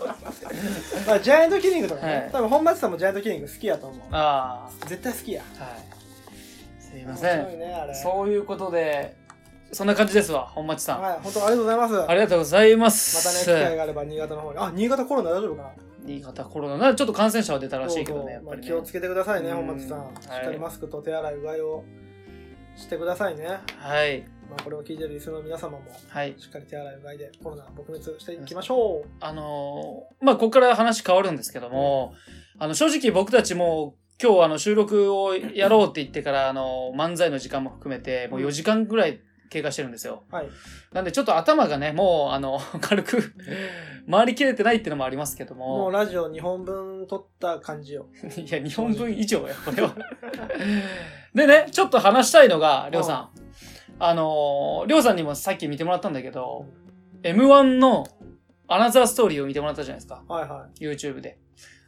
[SPEAKER 2] まあ、ジャイアントキリングとかね、
[SPEAKER 1] はい
[SPEAKER 2] 多分本町さんもジャイアントキリング好きやと思う。
[SPEAKER 1] あ
[SPEAKER 2] 絶対好きや。
[SPEAKER 1] あ、はい。すいませ
[SPEAKER 2] 面
[SPEAKER 1] ん
[SPEAKER 2] 白。いね、あれ。
[SPEAKER 1] そういうことで、そんな感じですわ、本町さん。
[SPEAKER 2] はい、本当ありがとうございます。
[SPEAKER 1] ありがとうございま
[SPEAKER 2] またね、
[SPEAKER 1] す。
[SPEAKER 2] 機会があれば新潟の方に。あ、新潟コロナ大丈夫かな
[SPEAKER 1] 新潟コロナなちょっと感染者は出たらしいけどね、やっ
[SPEAKER 2] ま
[SPEAKER 1] ぱ
[SPEAKER 2] あ、
[SPEAKER 1] りね。
[SPEAKER 2] 気をつけてくださいね、
[SPEAKER 1] うん
[SPEAKER 2] 本町さん。しっか
[SPEAKER 1] はい
[SPEAKER 2] りマスクと手洗い、うがいをしてくださいね。
[SPEAKER 1] はい。
[SPEAKER 2] まあ、これを聞いてるリスナーの皆様も、
[SPEAKER 1] はい。
[SPEAKER 2] しっかり手洗い、うがいでコロナ撲滅していきましょう。
[SPEAKER 1] あのーまあ、ここから話変わるんですけども、あの、正直僕たちも、今日あの収録をやろうって言ってから、あの、漫才の時間も含めて、もう4時間ぐらい経過してるんですよ。
[SPEAKER 2] はい。
[SPEAKER 1] なんでちょっと頭がね、もう、あの、 軽く、回りきれてないってのもありますけど
[SPEAKER 2] も
[SPEAKER 1] も、
[SPEAKER 2] うラジオ2本分撮った感じよ。
[SPEAKER 1] いや、日本分以上や、これは。 でね、ちょっと話したいのが、りょうさん。あのー、りょうさんにもさっき見てもらったんだけど、M1 のアナザーストーリーを見てもらったじゃないですか。
[SPEAKER 2] はいはい。
[SPEAKER 1] YouTube で。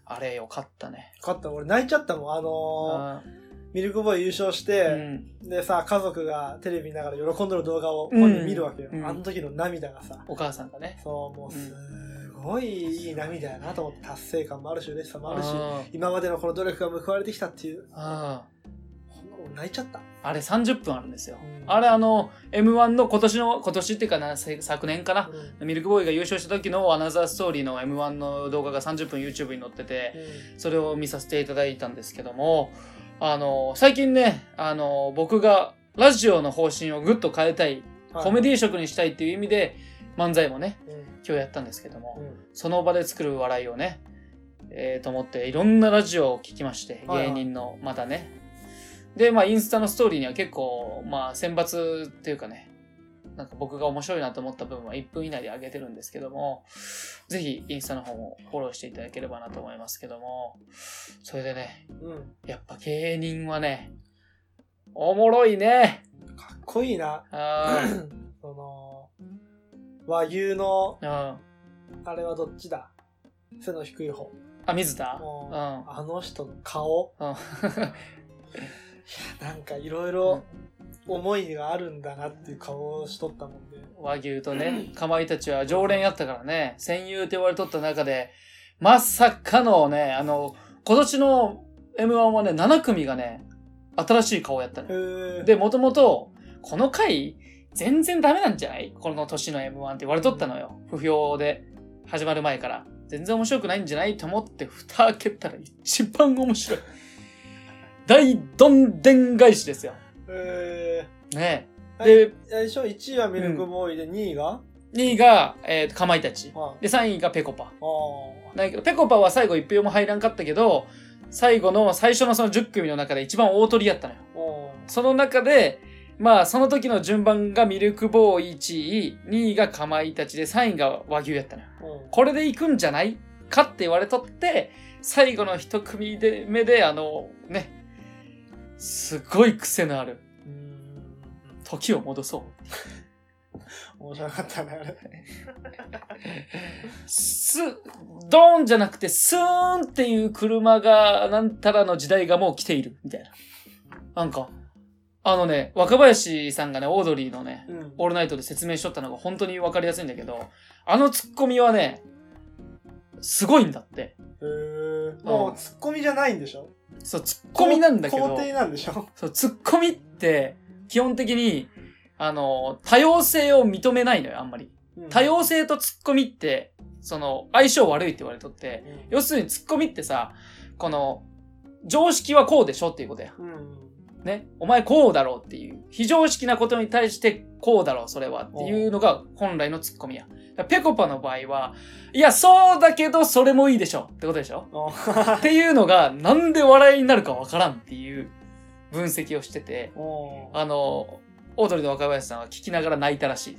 [SPEAKER 1] あれよかったね。
[SPEAKER 2] 勝った俺泣いちゃったもん。あの
[SPEAKER 1] あ
[SPEAKER 2] ーミルクボーイ優勝し
[SPEAKER 1] ーう
[SPEAKER 2] て、
[SPEAKER 1] ん、
[SPEAKER 2] でさ、家族がテレビ見ながら喜んでる動画を
[SPEAKER 1] うん
[SPEAKER 2] こうやって見るわけよ。
[SPEAKER 1] うん
[SPEAKER 2] あの時の涙がさ、
[SPEAKER 1] お母さんがね。
[SPEAKER 2] そう、もうすごいいい涙やなと思って、達成感もあるし、嬉しさもあるし、
[SPEAKER 1] あ
[SPEAKER 2] 今までのこの努力が報われてきたっていう、
[SPEAKER 1] あ
[SPEAKER 2] ほん俺泣いちゃった。
[SPEAKER 1] ーあれ30分あるんですよ。
[SPEAKER 2] うん
[SPEAKER 1] あれあの、M1 の今年の、今年っていうかな、せ昨年かな。
[SPEAKER 2] うん
[SPEAKER 1] ミルクボーイが優勝した時のアナザーストーリーの M1 の動画が30分 YouTube に載ってて、それを見させていただいたんですけども、あの、最近ね、あの、僕がラジオの方針をぐっと変えたい、コメ
[SPEAKER 2] デ
[SPEAKER 1] ディ色にしたいっていう意味で、漫才もね、
[SPEAKER 2] ィ、うん
[SPEAKER 1] 今日やったんですけども、
[SPEAKER 2] うん
[SPEAKER 1] その場で作る笑いをね、えーと思っていろんなラジオを聞きまして、
[SPEAKER 2] はいはい
[SPEAKER 1] 芸人の、またね。で、まあインスタのストーリーには結構、まあ選抜っていうかね、なんか僕が面白いなと思った部分は1分以内で上げてるんですけども、ぜひインスタの方もフォローしていただければなと思いますけども、それでね、
[SPEAKER 2] うん
[SPEAKER 1] やっぱ芸人はね、おもろいね。
[SPEAKER 2] かっこいいな。
[SPEAKER 1] あー
[SPEAKER 2] その、和牛 の、
[SPEAKER 1] うん。
[SPEAKER 2] あれはどっちだ背の低い方。
[SPEAKER 1] あ、水田
[SPEAKER 2] もう
[SPEAKER 1] うん。
[SPEAKER 2] あの人の顔、
[SPEAKER 1] うん
[SPEAKER 2] なんかいろいろ思いがあるんだなっていう顔をしとったもんで。
[SPEAKER 1] 和牛とね、かまいたちは常連やったからね、戦友って言われとった中で、まさかのね、あの、今年の M1 はね、7組がね、新しい顔やったのよ。
[SPEAKER 2] へー
[SPEAKER 1] で、もともと、この回、全然ダメなんじゃないこの年の M1 って言われとったのよ。不評で、始まる前から。全然面白くないんじゃないと思って、蓋開けたら一番面白い。大どんでん返しですよ。
[SPEAKER 2] へ
[SPEAKER 1] ね
[SPEAKER 2] ー
[SPEAKER 1] で、
[SPEAKER 2] 最初1位はミルクボーイで2位が、
[SPEAKER 1] 2位が、えーと、かまいたち。
[SPEAKER 2] はい。
[SPEAKER 1] で、3位がペコパ。
[SPEAKER 2] あー
[SPEAKER 1] ないけど、ペコパは最後一票も入らんかったけど、最後の最初のその10組の中で一番大取りやったのよ。
[SPEAKER 2] あ
[SPEAKER 1] その中で、まあその時の順番がミルクボーイ1位、2位がかまいたちで3位が和牛やったのよ。
[SPEAKER 2] ーうん
[SPEAKER 1] これで行くんじゃないかって言われとって、最後の一組で目であの、ね、すごい癖のある、
[SPEAKER 2] うーん
[SPEAKER 1] 時を戻そう。
[SPEAKER 2] 面白かったね、あれ。
[SPEAKER 1] す、ドーンじゃなくて、スーンっていう車が、なんたらの時代がもう来ている、みたいな。なんか、あのね、若林さんがね、オードリーのね、
[SPEAKER 2] うん
[SPEAKER 1] オールナイトで説明しとったのが本当にわかりやすいんだけど、あのツッコミはね、すごいんだって。
[SPEAKER 2] へーもうツッコミじゃないんでしょ
[SPEAKER 1] そう、ツッコミなんだけ
[SPEAKER 2] 肯
[SPEAKER 1] ど、
[SPEAKER 2] 定なんでしょ
[SPEAKER 1] そう、ツッコミって、基本的に、あの、多様性を認めないのよ、あんまり。多様性とツッコミって、その、相性悪いって言われとって、
[SPEAKER 2] うん
[SPEAKER 1] 要するにツッコミってさ、この、常識はこうでしょっていうことや。
[SPEAKER 2] うん。
[SPEAKER 1] ね。お前こうだろうっていう。非常識なことに対してこうだろう、それはっていうのが本来のツッコミや。だからペコパの場合は、いや、そうだけどそれもいいでしょってことでしょ
[SPEAKER 2] あ
[SPEAKER 1] っていうのが、なんで笑いになるかわからんっていう分析をしてて、
[SPEAKER 2] うん
[SPEAKER 1] あの、オードリーの若林さんは聞きながら泣いたらしい。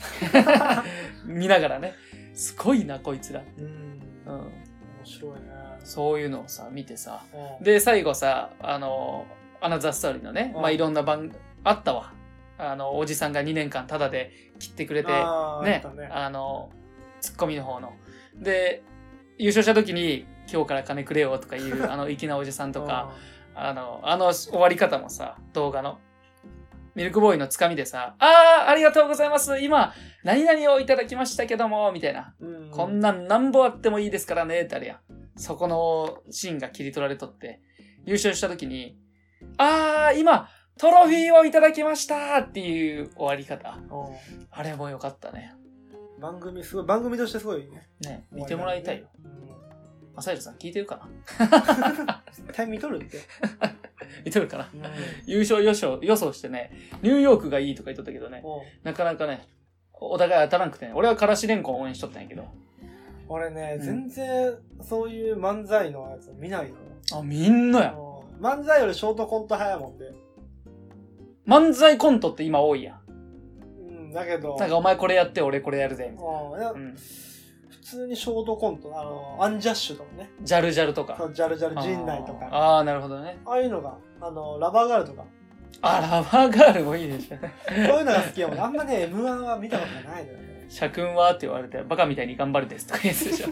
[SPEAKER 1] 見ながらね。すごいな、こいつら。
[SPEAKER 2] うん
[SPEAKER 1] う
[SPEAKER 2] 面
[SPEAKER 1] ん。
[SPEAKER 2] 白いね。
[SPEAKER 1] そういうのをさ、見てさ、
[SPEAKER 2] うん
[SPEAKER 1] で最後さあのアナザーストーリーのね、
[SPEAKER 2] うん
[SPEAKER 1] まあ、いろんな番あったわ。あの、おじさんが2年間タダで切ってくれて、
[SPEAKER 2] あー
[SPEAKER 1] ね
[SPEAKER 2] あった、ね。
[SPEAKER 1] あの、ツッコミの方の。で、優勝した時に、今日から金くれよとかい う、あの、粋なおじさんとか、あの、あの終わり方もさ、動画の。ミルクボーイのつかみでさ、あー、ありがとうございます。今、何々をいただきましたけども、みたいな。
[SPEAKER 2] うん、うん
[SPEAKER 1] こんなんなんぼあってもいいですからね、ってあれやん。そこのシーンが切り取られとって、優勝した時に、あー、今、トロフィーをいただきましたっていう終わり方。
[SPEAKER 2] う
[SPEAKER 1] あれも良かったね。
[SPEAKER 2] ん番組すごい、番組としてすごいね。
[SPEAKER 1] ね、見てもらいたいよ。
[SPEAKER 2] うん。
[SPEAKER 1] マサイルさん聞いてるかな
[SPEAKER 2] 絶対見と るって。
[SPEAKER 1] 見てるかな
[SPEAKER 2] うん
[SPEAKER 1] 優勝予想予想してね、ニューヨークがいいとか言っとったけどね、
[SPEAKER 2] もう
[SPEAKER 1] なかなかね、お互い当たらんくてね、俺はからしれんこん応援しとったんやけど。
[SPEAKER 2] 俺ね、
[SPEAKER 1] うん
[SPEAKER 2] 全然そういう漫才のやつ見ないのよ
[SPEAKER 1] あ、みん なや。
[SPEAKER 2] うん漫才よりショートコント早いもんで。
[SPEAKER 1] 漫才コントって今多いやん。
[SPEAKER 2] うん、だけど、
[SPEAKER 1] なんかお前これやって、俺これやるぜ、みたい
[SPEAKER 2] うんい
[SPEAKER 1] な。
[SPEAKER 2] や
[SPEAKER 1] うん。
[SPEAKER 2] 普通にショートコント、あの、アンジャッシュとかね、
[SPEAKER 1] ジャルジャルと
[SPEAKER 2] そ
[SPEAKER 1] か。
[SPEAKER 2] うジャルジャル陣内とか、
[SPEAKER 1] あーあー、なるほどね。
[SPEAKER 2] ああいうのが、あの、ラバーガールとか、
[SPEAKER 1] あ、ラバーガールもいいでしょ。
[SPEAKER 2] そういうのが好きやもん。あんまね、M1 は見たことがないのよね。
[SPEAKER 1] 社訓はって言われて、バカみたいに頑張るですとか言ってでしょ。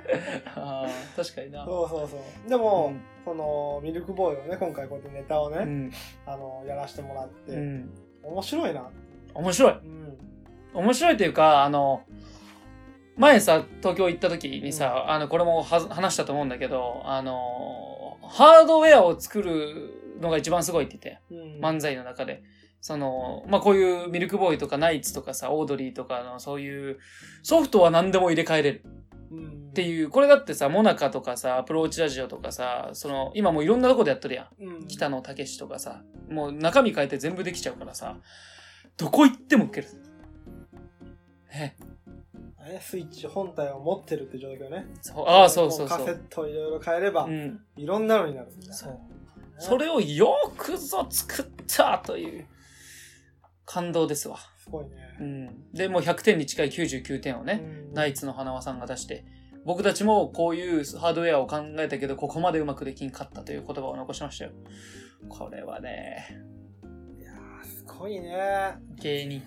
[SPEAKER 1] ああ、確かにな。
[SPEAKER 2] そうそうそう。でも、その、ミルクボーイのね、今回こうやってネタをね、
[SPEAKER 1] うん。
[SPEAKER 2] あの、やらせてもらって、
[SPEAKER 1] うん。
[SPEAKER 2] 面白いな。
[SPEAKER 1] 面白い。
[SPEAKER 2] うん。
[SPEAKER 1] 面白いというか、あの、前さ、東京行った時にさ、あの、これもは話したと思うんだけど、あの、ハードウェアを作るのが一番すごいって言って、
[SPEAKER 2] うん。
[SPEAKER 1] 漫才の中で。その、まあ、こういうミルクボーイとかナイツとかさ、オードリーとかのそういうソフトは何でも入れ替えれる
[SPEAKER 2] うん、
[SPEAKER 1] っていう、これだってさ、モナカとかさ、アプローチラジオとかさ、その、今もういろんなとこでやってるやん。
[SPEAKER 2] うん、
[SPEAKER 1] 北野武とかさ、もう中身変えて全部できちゃうからさ、どこ行っても受ける。ね。
[SPEAKER 2] ね、スイッチ本体を持ってるって状況ね。
[SPEAKER 1] そうああ、そうそうそ
[SPEAKER 2] カセ
[SPEAKER 1] う。
[SPEAKER 2] ットいろいろ変えれば、
[SPEAKER 1] うん、
[SPEAKER 2] いろんなのになるみたいな。
[SPEAKER 1] そう。
[SPEAKER 2] ね
[SPEAKER 1] それをよくぞ作ったという感動ですわ。
[SPEAKER 2] すごいうね。
[SPEAKER 1] ん。で、もう100点に近い99点をね、
[SPEAKER 2] うん
[SPEAKER 1] ナイツの花輪さんが出して、僕たちもこういうハードウェアを考えたけど、ここまでうまくできんかったという言葉を残しましたよ。これはね、
[SPEAKER 2] いやーすごいね。
[SPEAKER 1] 芸人、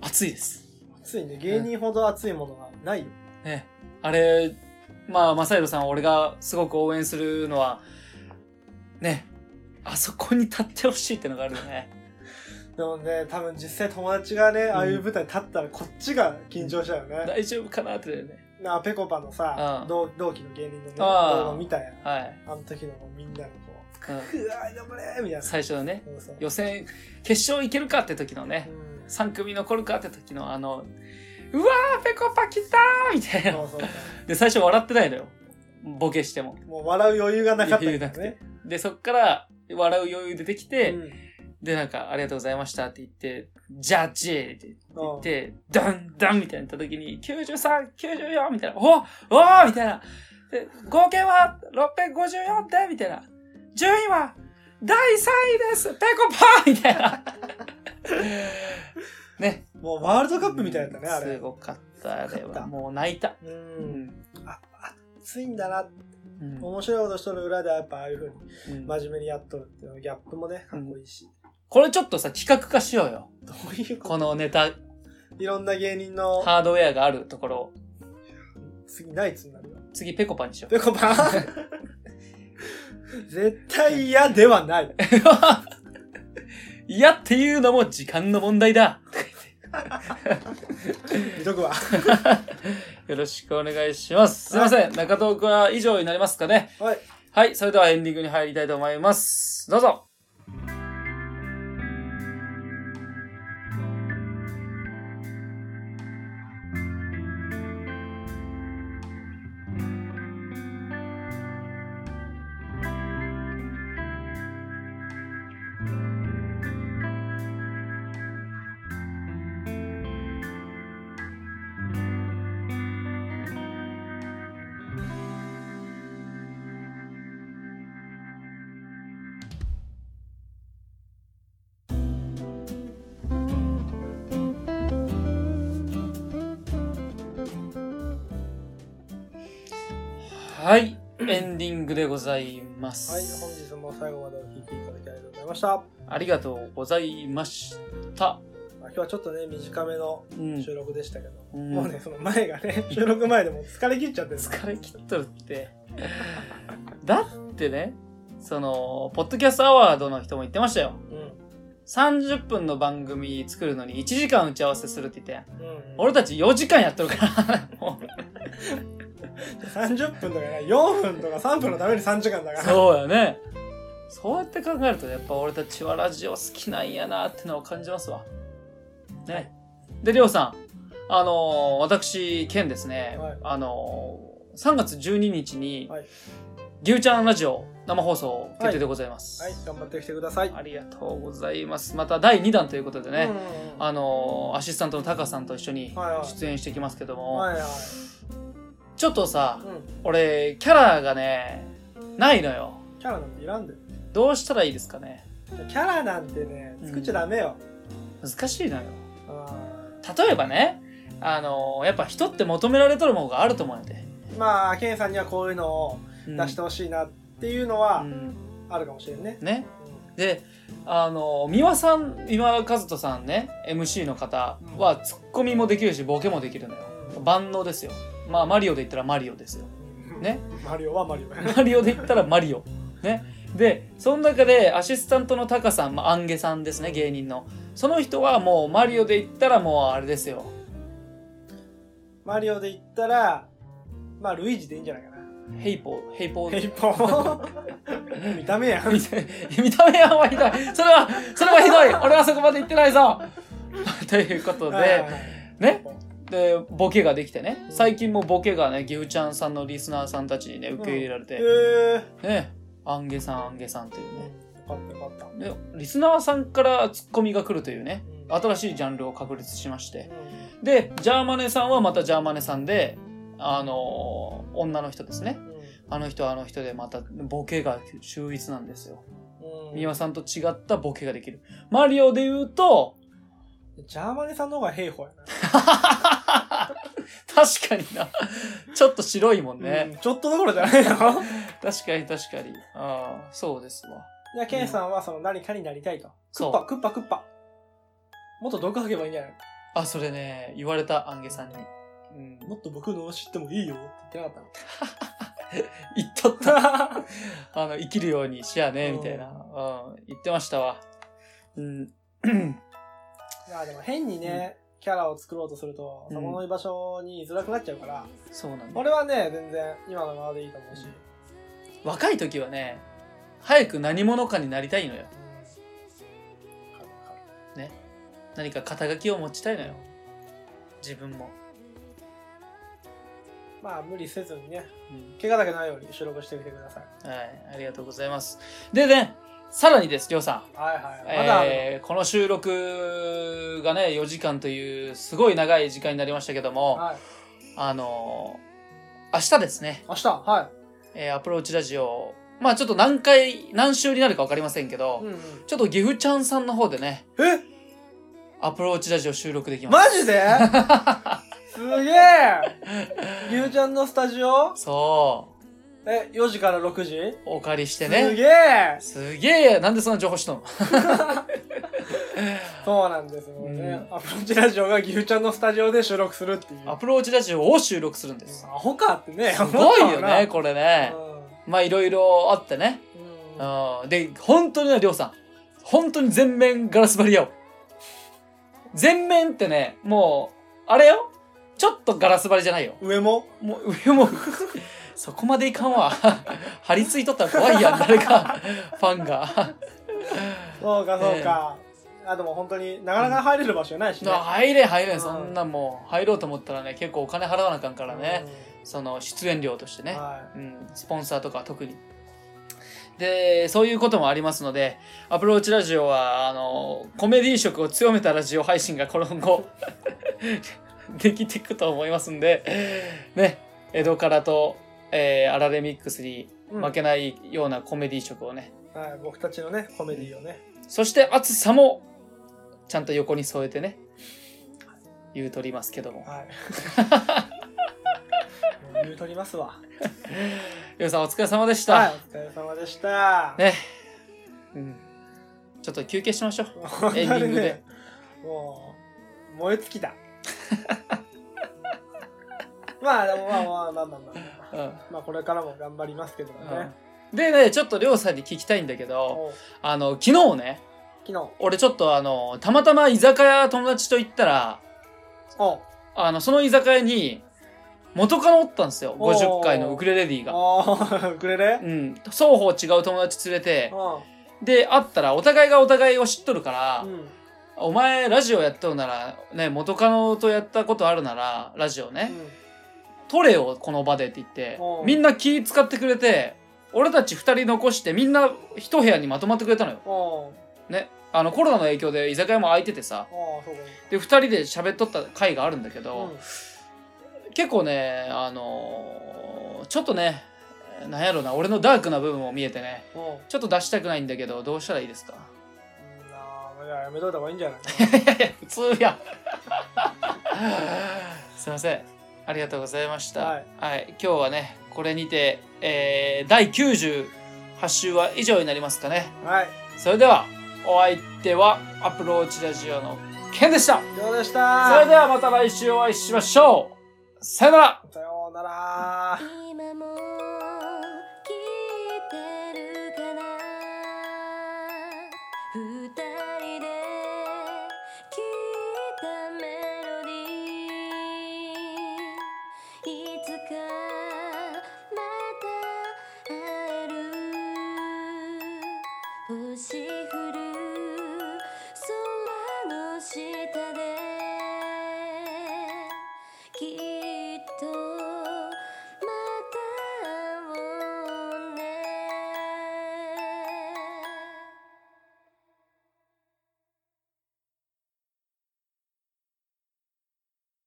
[SPEAKER 1] 熱いです。
[SPEAKER 2] ついね、芸人ほど熱いものがないよ。
[SPEAKER 1] ね、あれ、まあ、マサイロさん、俺がすごく応援するのは、ね、あそこに立ってほしいってのがあるよね。
[SPEAKER 2] でもね、多分実際友達がね、ああいう舞台立ったらこっちが緊張しちゃうよね。
[SPEAKER 1] 大丈夫かなってね。
[SPEAKER 2] なあ、ぺこぱの
[SPEAKER 1] う
[SPEAKER 2] さ
[SPEAKER 1] ん、
[SPEAKER 2] 同同期の芸人のね、動
[SPEAKER 1] あー
[SPEAKER 2] 画見たやん。
[SPEAKER 1] はい。
[SPEAKER 2] あの時のみんなのこ
[SPEAKER 1] うん
[SPEAKER 2] う、うわー、頑張れーみたいな。
[SPEAKER 1] 最初のね、
[SPEAKER 2] そうそう
[SPEAKER 1] 予選、決勝行けるかって時のね、
[SPEAKER 2] うんそう
[SPEAKER 1] 3組残るかって時のあの、うわー、ペコパ来たーみたいな。
[SPEAKER 2] そうそ
[SPEAKER 1] で、最初笑ってないのよ。ボケしても。
[SPEAKER 2] う。もう笑う余裕がなかったけ
[SPEAKER 1] 余裕な
[SPEAKER 2] ど
[SPEAKER 1] く
[SPEAKER 2] ね
[SPEAKER 1] て。で、そっから、笑う余裕出てきて、
[SPEAKER 2] うん
[SPEAKER 1] で、なんか、ありがとうございましたって言って、ジャッジって言
[SPEAKER 2] うん
[SPEAKER 1] って、ダンダンみたいになった時に、93、94みたいな、おおおみたいな。で、合計は654点みたいな。順位は第3位ですペコパーみたい な。ね。
[SPEAKER 2] もうワールドカップみたいだったね、あ
[SPEAKER 1] す
[SPEAKER 2] れ。
[SPEAKER 1] ごかった、あれ
[SPEAKER 2] すごかった
[SPEAKER 1] は。もう泣いた。
[SPEAKER 2] う。
[SPEAKER 1] うんん。
[SPEAKER 2] あ、熱いんだな。
[SPEAKER 1] うん。
[SPEAKER 2] 面白いことしとる裏ではやっぱああいう風に
[SPEAKER 1] うん
[SPEAKER 2] 真面目にやっとるっていうのギャップもね、かっこいいし。
[SPEAKER 1] これちょっとさ、企画化しようよ。
[SPEAKER 2] どういうこ
[SPEAKER 1] このネタ、
[SPEAKER 2] といろんな芸人の
[SPEAKER 1] ハードウェアがあるところを。
[SPEAKER 2] 次ナイツになるよ。
[SPEAKER 1] 次、ペコパにしよう。
[SPEAKER 2] ぺこぱ絶対嫌ではない。
[SPEAKER 1] いやっていうのも時間の問題だ。
[SPEAKER 2] 見とくわ。
[SPEAKER 1] よろしくお願いします。すいません。中トークは以上になりますかね。
[SPEAKER 2] はい。
[SPEAKER 1] はい。それではエンディングに入りたいと思います。どうぞ。はい。エンディングでございま
[SPEAKER 2] はい、
[SPEAKER 1] す。
[SPEAKER 2] 本日も最後までお聴きいただきありがとうございました。
[SPEAKER 1] ありがとうございました。
[SPEAKER 2] まあ今日はちょっとね、短めの
[SPEAKER 1] うん。
[SPEAKER 2] 収録でしたけど、
[SPEAKER 1] うん
[SPEAKER 2] もうね、その前が ね、収録前でもう疲れ切っちゃってる。
[SPEAKER 1] 疲れ切っとるって。 だってね、その、ポッドキャストアワードの人も言ってましたよ。
[SPEAKER 2] うん。
[SPEAKER 1] 30分の番組作るのに1時間打ち合わせするって言って、
[SPEAKER 2] うん。
[SPEAKER 1] 俺たち4時間やっとるから。もう
[SPEAKER 2] 30分とかね、4分とか3分のために3時間だから。
[SPEAKER 1] そうやね。そうやって考えると、やっぱ俺たちはラジオ好きなんやなってのを感じますわ。ね。で、りょうさん。あのー私、ケンですね。
[SPEAKER 2] はい
[SPEAKER 1] あのー3月12日に
[SPEAKER 2] はい、
[SPEAKER 1] 牛、ちゃんラジオ生放送決定でございます。
[SPEAKER 2] はい、頑張ってきてください。
[SPEAKER 1] ありがとうございます。また第2弾ということでね、
[SPEAKER 2] うん
[SPEAKER 1] あのーアシスタントのタカさんと一緒に
[SPEAKER 2] はいはい
[SPEAKER 1] 出演してきますけども、
[SPEAKER 2] はいはい。
[SPEAKER 1] ちょっとさ、
[SPEAKER 2] うん。
[SPEAKER 1] 俺、キャラがね、ないのよ。
[SPEAKER 2] キャラなんていらんで。
[SPEAKER 1] どうしたらいいですかね。
[SPEAKER 2] キャラなんてね、作っちゃダメよ。
[SPEAKER 1] 難しいのよ。
[SPEAKER 2] あ
[SPEAKER 1] 例えばね、あのーやっぱ人って求められとるものがあると思うんやで。
[SPEAKER 2] ーまあ、ケンさんにはこういうのを
[SPEAKER 1] うん
[SPEAKER 2] 出してほしいなっていうのは
[SPEAKER 1] うん
[SPEAKER 2] あるかもしれんね。
[SPEAKER 1] ね。で、あのー、三輪さん、三輪和人さんね、MC の方は、ツッコミもできるし、ボケもできるのよ。万能ですよ。まあ、マリオで言ったらマリオですよ。
[SPEAKER 2] うん
[SPEAKER 1] ね。
[SPEAKER 2] マリオはマリオ や。
[SPEAKER 1] マリオで言ったらマリオ。ね。で、その中でアシスタントのタカさん、まあ、アンゲさんですね、芸人の。その人はもうマリオで言ったらもうあれですよ。
[SPEAKER 2] マリオで言ったら、まあ、ルイージでいいんじゃないかな。
[SPEAKER 1] ヘイポー、ヘイポー。
[SPEAKER 2] 一本。見た目やん。
[SPEAKER 1] 見た見た目はひどい。それは、それはひどい。俺はそこまで言ってないぞ。 ということ
[SPEAKER 2] はい
[SPEAKER 1] で、
[SPEAKER 2] はい
[SPEAKER 1] ね。で、ボケができてね。最近もボケがね、ギフちゃんさんのリスナーさんたちにね、受け入れられ
[SPEAKER 2] え
[SPEAKER 1] て、
[SPEAKER 2] ー。よ
[SPEAKER 1] ね。アンゲさん、アンゲさんというね。
[SPEAKER 2] かったよかった。
[SPEAKER 1] で、リスナーさんからツッコミが来るというね。
[SPEAKER 2] うん
[SPEAKER 1] 新しいジャンルを確立しまして。
[SPEAKER 2] う
[SPEAKER 1] で、ジャーマネさんはまたジャーマネさんで、あのー女の人ですね。
[SPEAKER 2] ん
[SPEAKER 1] あの人はあの人でまたボケが秀逸なんですよ。
[SPEAKER 2] うん
[SPEAKER 1] 三輪さんと違ったボケができる。マリオで言うと、
[SPEAKER 2] ジャーマネさんの方が平法や
[SPEAKER 1] 確かにな。 ちょっと白いもん
[SPEAKER 2] な。う
[SPEAKER 1] ね。
[SPEAKER 2] んちょっとどころじゃないの
[SPEAKER 1] 確かに確かに。ああ、そうですわ。
[SPEAKER 2] じゃあ、ケンさんはその何かになりたいと。ク
[SPEAKER 1] そう
[SPEAKER 2] ッパ、クッパ、クッパ。もっと毒吐けばいいんじゃない
[SPEAKER 1] あ、それね、言われた、アンゲさんに。うん、
[SPEAKER 2] もっと僕の知ってもいいよって言ってなかっ
[SPEAKER 1] 言っとった。 あの、生きるようにしやね、みたいな。う
[SPEAKER 2] う
[SPEAKER 1] ん、言ってましたわ。うん。
[SPEAKER 2] たの。いや、でも変にね、キャラを作ろうとすると、
[SPEAKER 1] うん
[SPEAKER 2] そこの居場所に居づらくなっちゃうから、
[SPEAKER 1] そうなんだ。
[SPEAKER 2] 俺はね、全然今のままでいいと思うし。
[SPEAKER 1] 若い時はね、早く何者かになりたいのよ。何か肩書きを持ちたいのよ。自分も。
[SPEAKER 2] まあ、無理せずにね、
[SPEAKER 1] うん
[SPEAKER 2] 怪我だけないように収録してみてください。
[SPEAKER 1] はい、ありがとうございます。でね、さらにです、りょうさん。
[SPEAKER 2] はいはい。まだあるの、
[SPEAKER 1] えーこの収録がね、4時間という、すごい長い時間になりましたけども、
[SPEAKER 2] はい。
[SPEAKER 1] あのー明日ですね、
[SPEAKER 2] 明日、は
[SPEAKER 1] えーアプローチラジオ、まあちょっと何回、何週になるかわかりませんけど、
[SPEAKER 2] い。うんうん。
[SPEAKER 1] ちょっとギフちゃんさんの方でね、
[SPEAKER 2] え
[SPEAKER 1] アプローチラジオ収録できます。
[SPEAKER 2] マ ジですげえりゅうちゃんのスタジオ
[SPEAKER 1] そ
[SPEAKER 2] え、4時から6時、
[SPEAKER 1] う、お借りして
[SPEAKER 2] す
[SPEAKER 1] ね。
[SPEAKER 2] げえ
[SPEAKER 1] すげえなんでそんな情報しとんの
[SPEAKER 2] そうなんですもうね、
[SPEAKER 1] う
[SPEAKER 2] アプローチラジオがぎふちゃんのスタジオで収録するっていう。
[SPEAKER 1] アプローチラジオを収録するんです。
[SPEAKER 2] アホかってね。
[SPEAKER 1] すごいよ
[SPEAKER 2] 思ったわ
[SPEAKER 1] ね、
[SPEAKER 2] な
[SPEAKER 1] これね。まあいろいろあってね。
[SPEAKER 2] うんうん
[SPEAKER 1] うん。で、本当にね、りょうさん。本当に全面ガラス張りよ。全面ってね、もう、あれよ。ちょっとガラス張りじゃないよ。
[SPEAKER 2] 上も
[SPEAKER 1] もう、 上も、そこまでいかんわ。 張り付いとったら怖いやん、誰か、ファンが。
[SPEAKER 2] そうかそうか。あ、でも本当になかなか入れる場所じゃないし ね。
[SPEAKER 1] 入れん入れ
[SPEAKER 2] うん
[SPEAKER 1] ん、そんなもう、入ろうと思ったらね、結構お金払わなあかんからね。その、出演料として
[SPEAKER 2] うん。
[SPEAKER 1] ね。
[SPEAKER 2] は
[SPEAKER 1] うん、スポンサーとか特に。で、そういうこともありますので、アプローチラジオは、あの、コメディ色を強めたラジオ配信がこの後、 できていくと思いますんで、ね、江戸からと、えーアラレミックスに
[SPEAKER 2] い。うん
[SPEAKER 1] 負けないようなコメディ色をね、
[SPEAKER 2] はい、僕たちのね、コメディをね。
[SPEAKER 1] そして暑さも、ちゃんと横に添えてね、言うとりますけども。
[SPEAKER 2] はい。もう言うとりますわ。
[SPEAKER 1] ようさんお疲れ様でした。
[SPEAKER 2] はい、お疲れ様でした。
[SPEAKER 1] ね。うん。ちちょっと休憩しましょう。
[SPEAKER 2] 本
[SPEAKER 1] エンディングで。
[SPEAKER 2] もう、燃え尽きた。 まあ、でもまあまあまあまあまあ。
[SPEAKER 1] うん
[SPEAKER 2] まあ、これからも頑張りますけどもね。
[SPEAKER 1] でね、ちょっとりょうさんに聞きたいんだけど、
[SPEAKER 2] おう
[SPEAKER 1] あの、昨日ね、
[SPEAKER 2] 昨日。
[SPEAKER 1] 俺ちょっとあの、たまたま居酒屋友達と行ったら、
[SPEAKER 2] おう
[SPEAKER 1] あの、その居酒屋に、元カノおったんですよ。
[SPEAKER 2] おー
[SPEAKER 1] 50回のウクレレディが。
[SPEAKER 2] ああ、 くれれ
[SPEAKER 1] うん。双方違う友達連れて、
[SPEAKER 2] う
[SPEAKER 1] で、会ったら、お互いがお互いを知っとるから、
[SPEAKER 2] ん。うん。
[SPEAKER 1] お前、ラジオやっとるなら、ね、元カノとやったことあるなら、ラジオね、撮れよ、この場でって言って
[SPEAKER 2] お、う
[SPEAKER 1] みんな気使ってくれて、俺たち二人残して、みんな一部屋にまとまってくれたのよ。
[SPEAKER 2] おう
[SPEAKER 1] ね。あの、コロナの影響で居酒屋も空いててさ、
[SPEAKER 2] ああ、そうか。
[SPEAKER 1] で、二人で喋っとった回があるんだけ
[SPEAKER 2] う
[SPEAKER 1] ど、
[SPEAKER 2] ん
[SPEAKER 1] 結構ね、あのーちょっとね、なんやろな、俺のダークな部分も見えてね、
[SPEAKER 2] おう
[SPEAKER 1] ちょっと出したくないんだけど、どうしたらいいですか
[SPEAKER 2] うんああ、いややめといた方がいいんじゃない
[SPEAKER 1] 普通やん。 すいません。ありがとうございました。
[SPEAKER 2] はい
[SPEAKER 1] 今日はね、これにて、えー、第98週は以上になりますかね。
[SPEAKER 2] はい。
[SPEAKER 1] それでは、お相手は、アプローチラジオのケンでした。
[SPEAKER 2] 以上でした。
[SPEAKER 1] それではまた来週お会いしましょう。さよなら
[SPEAKER 2] さようなら。
[SPEAKER 3] 「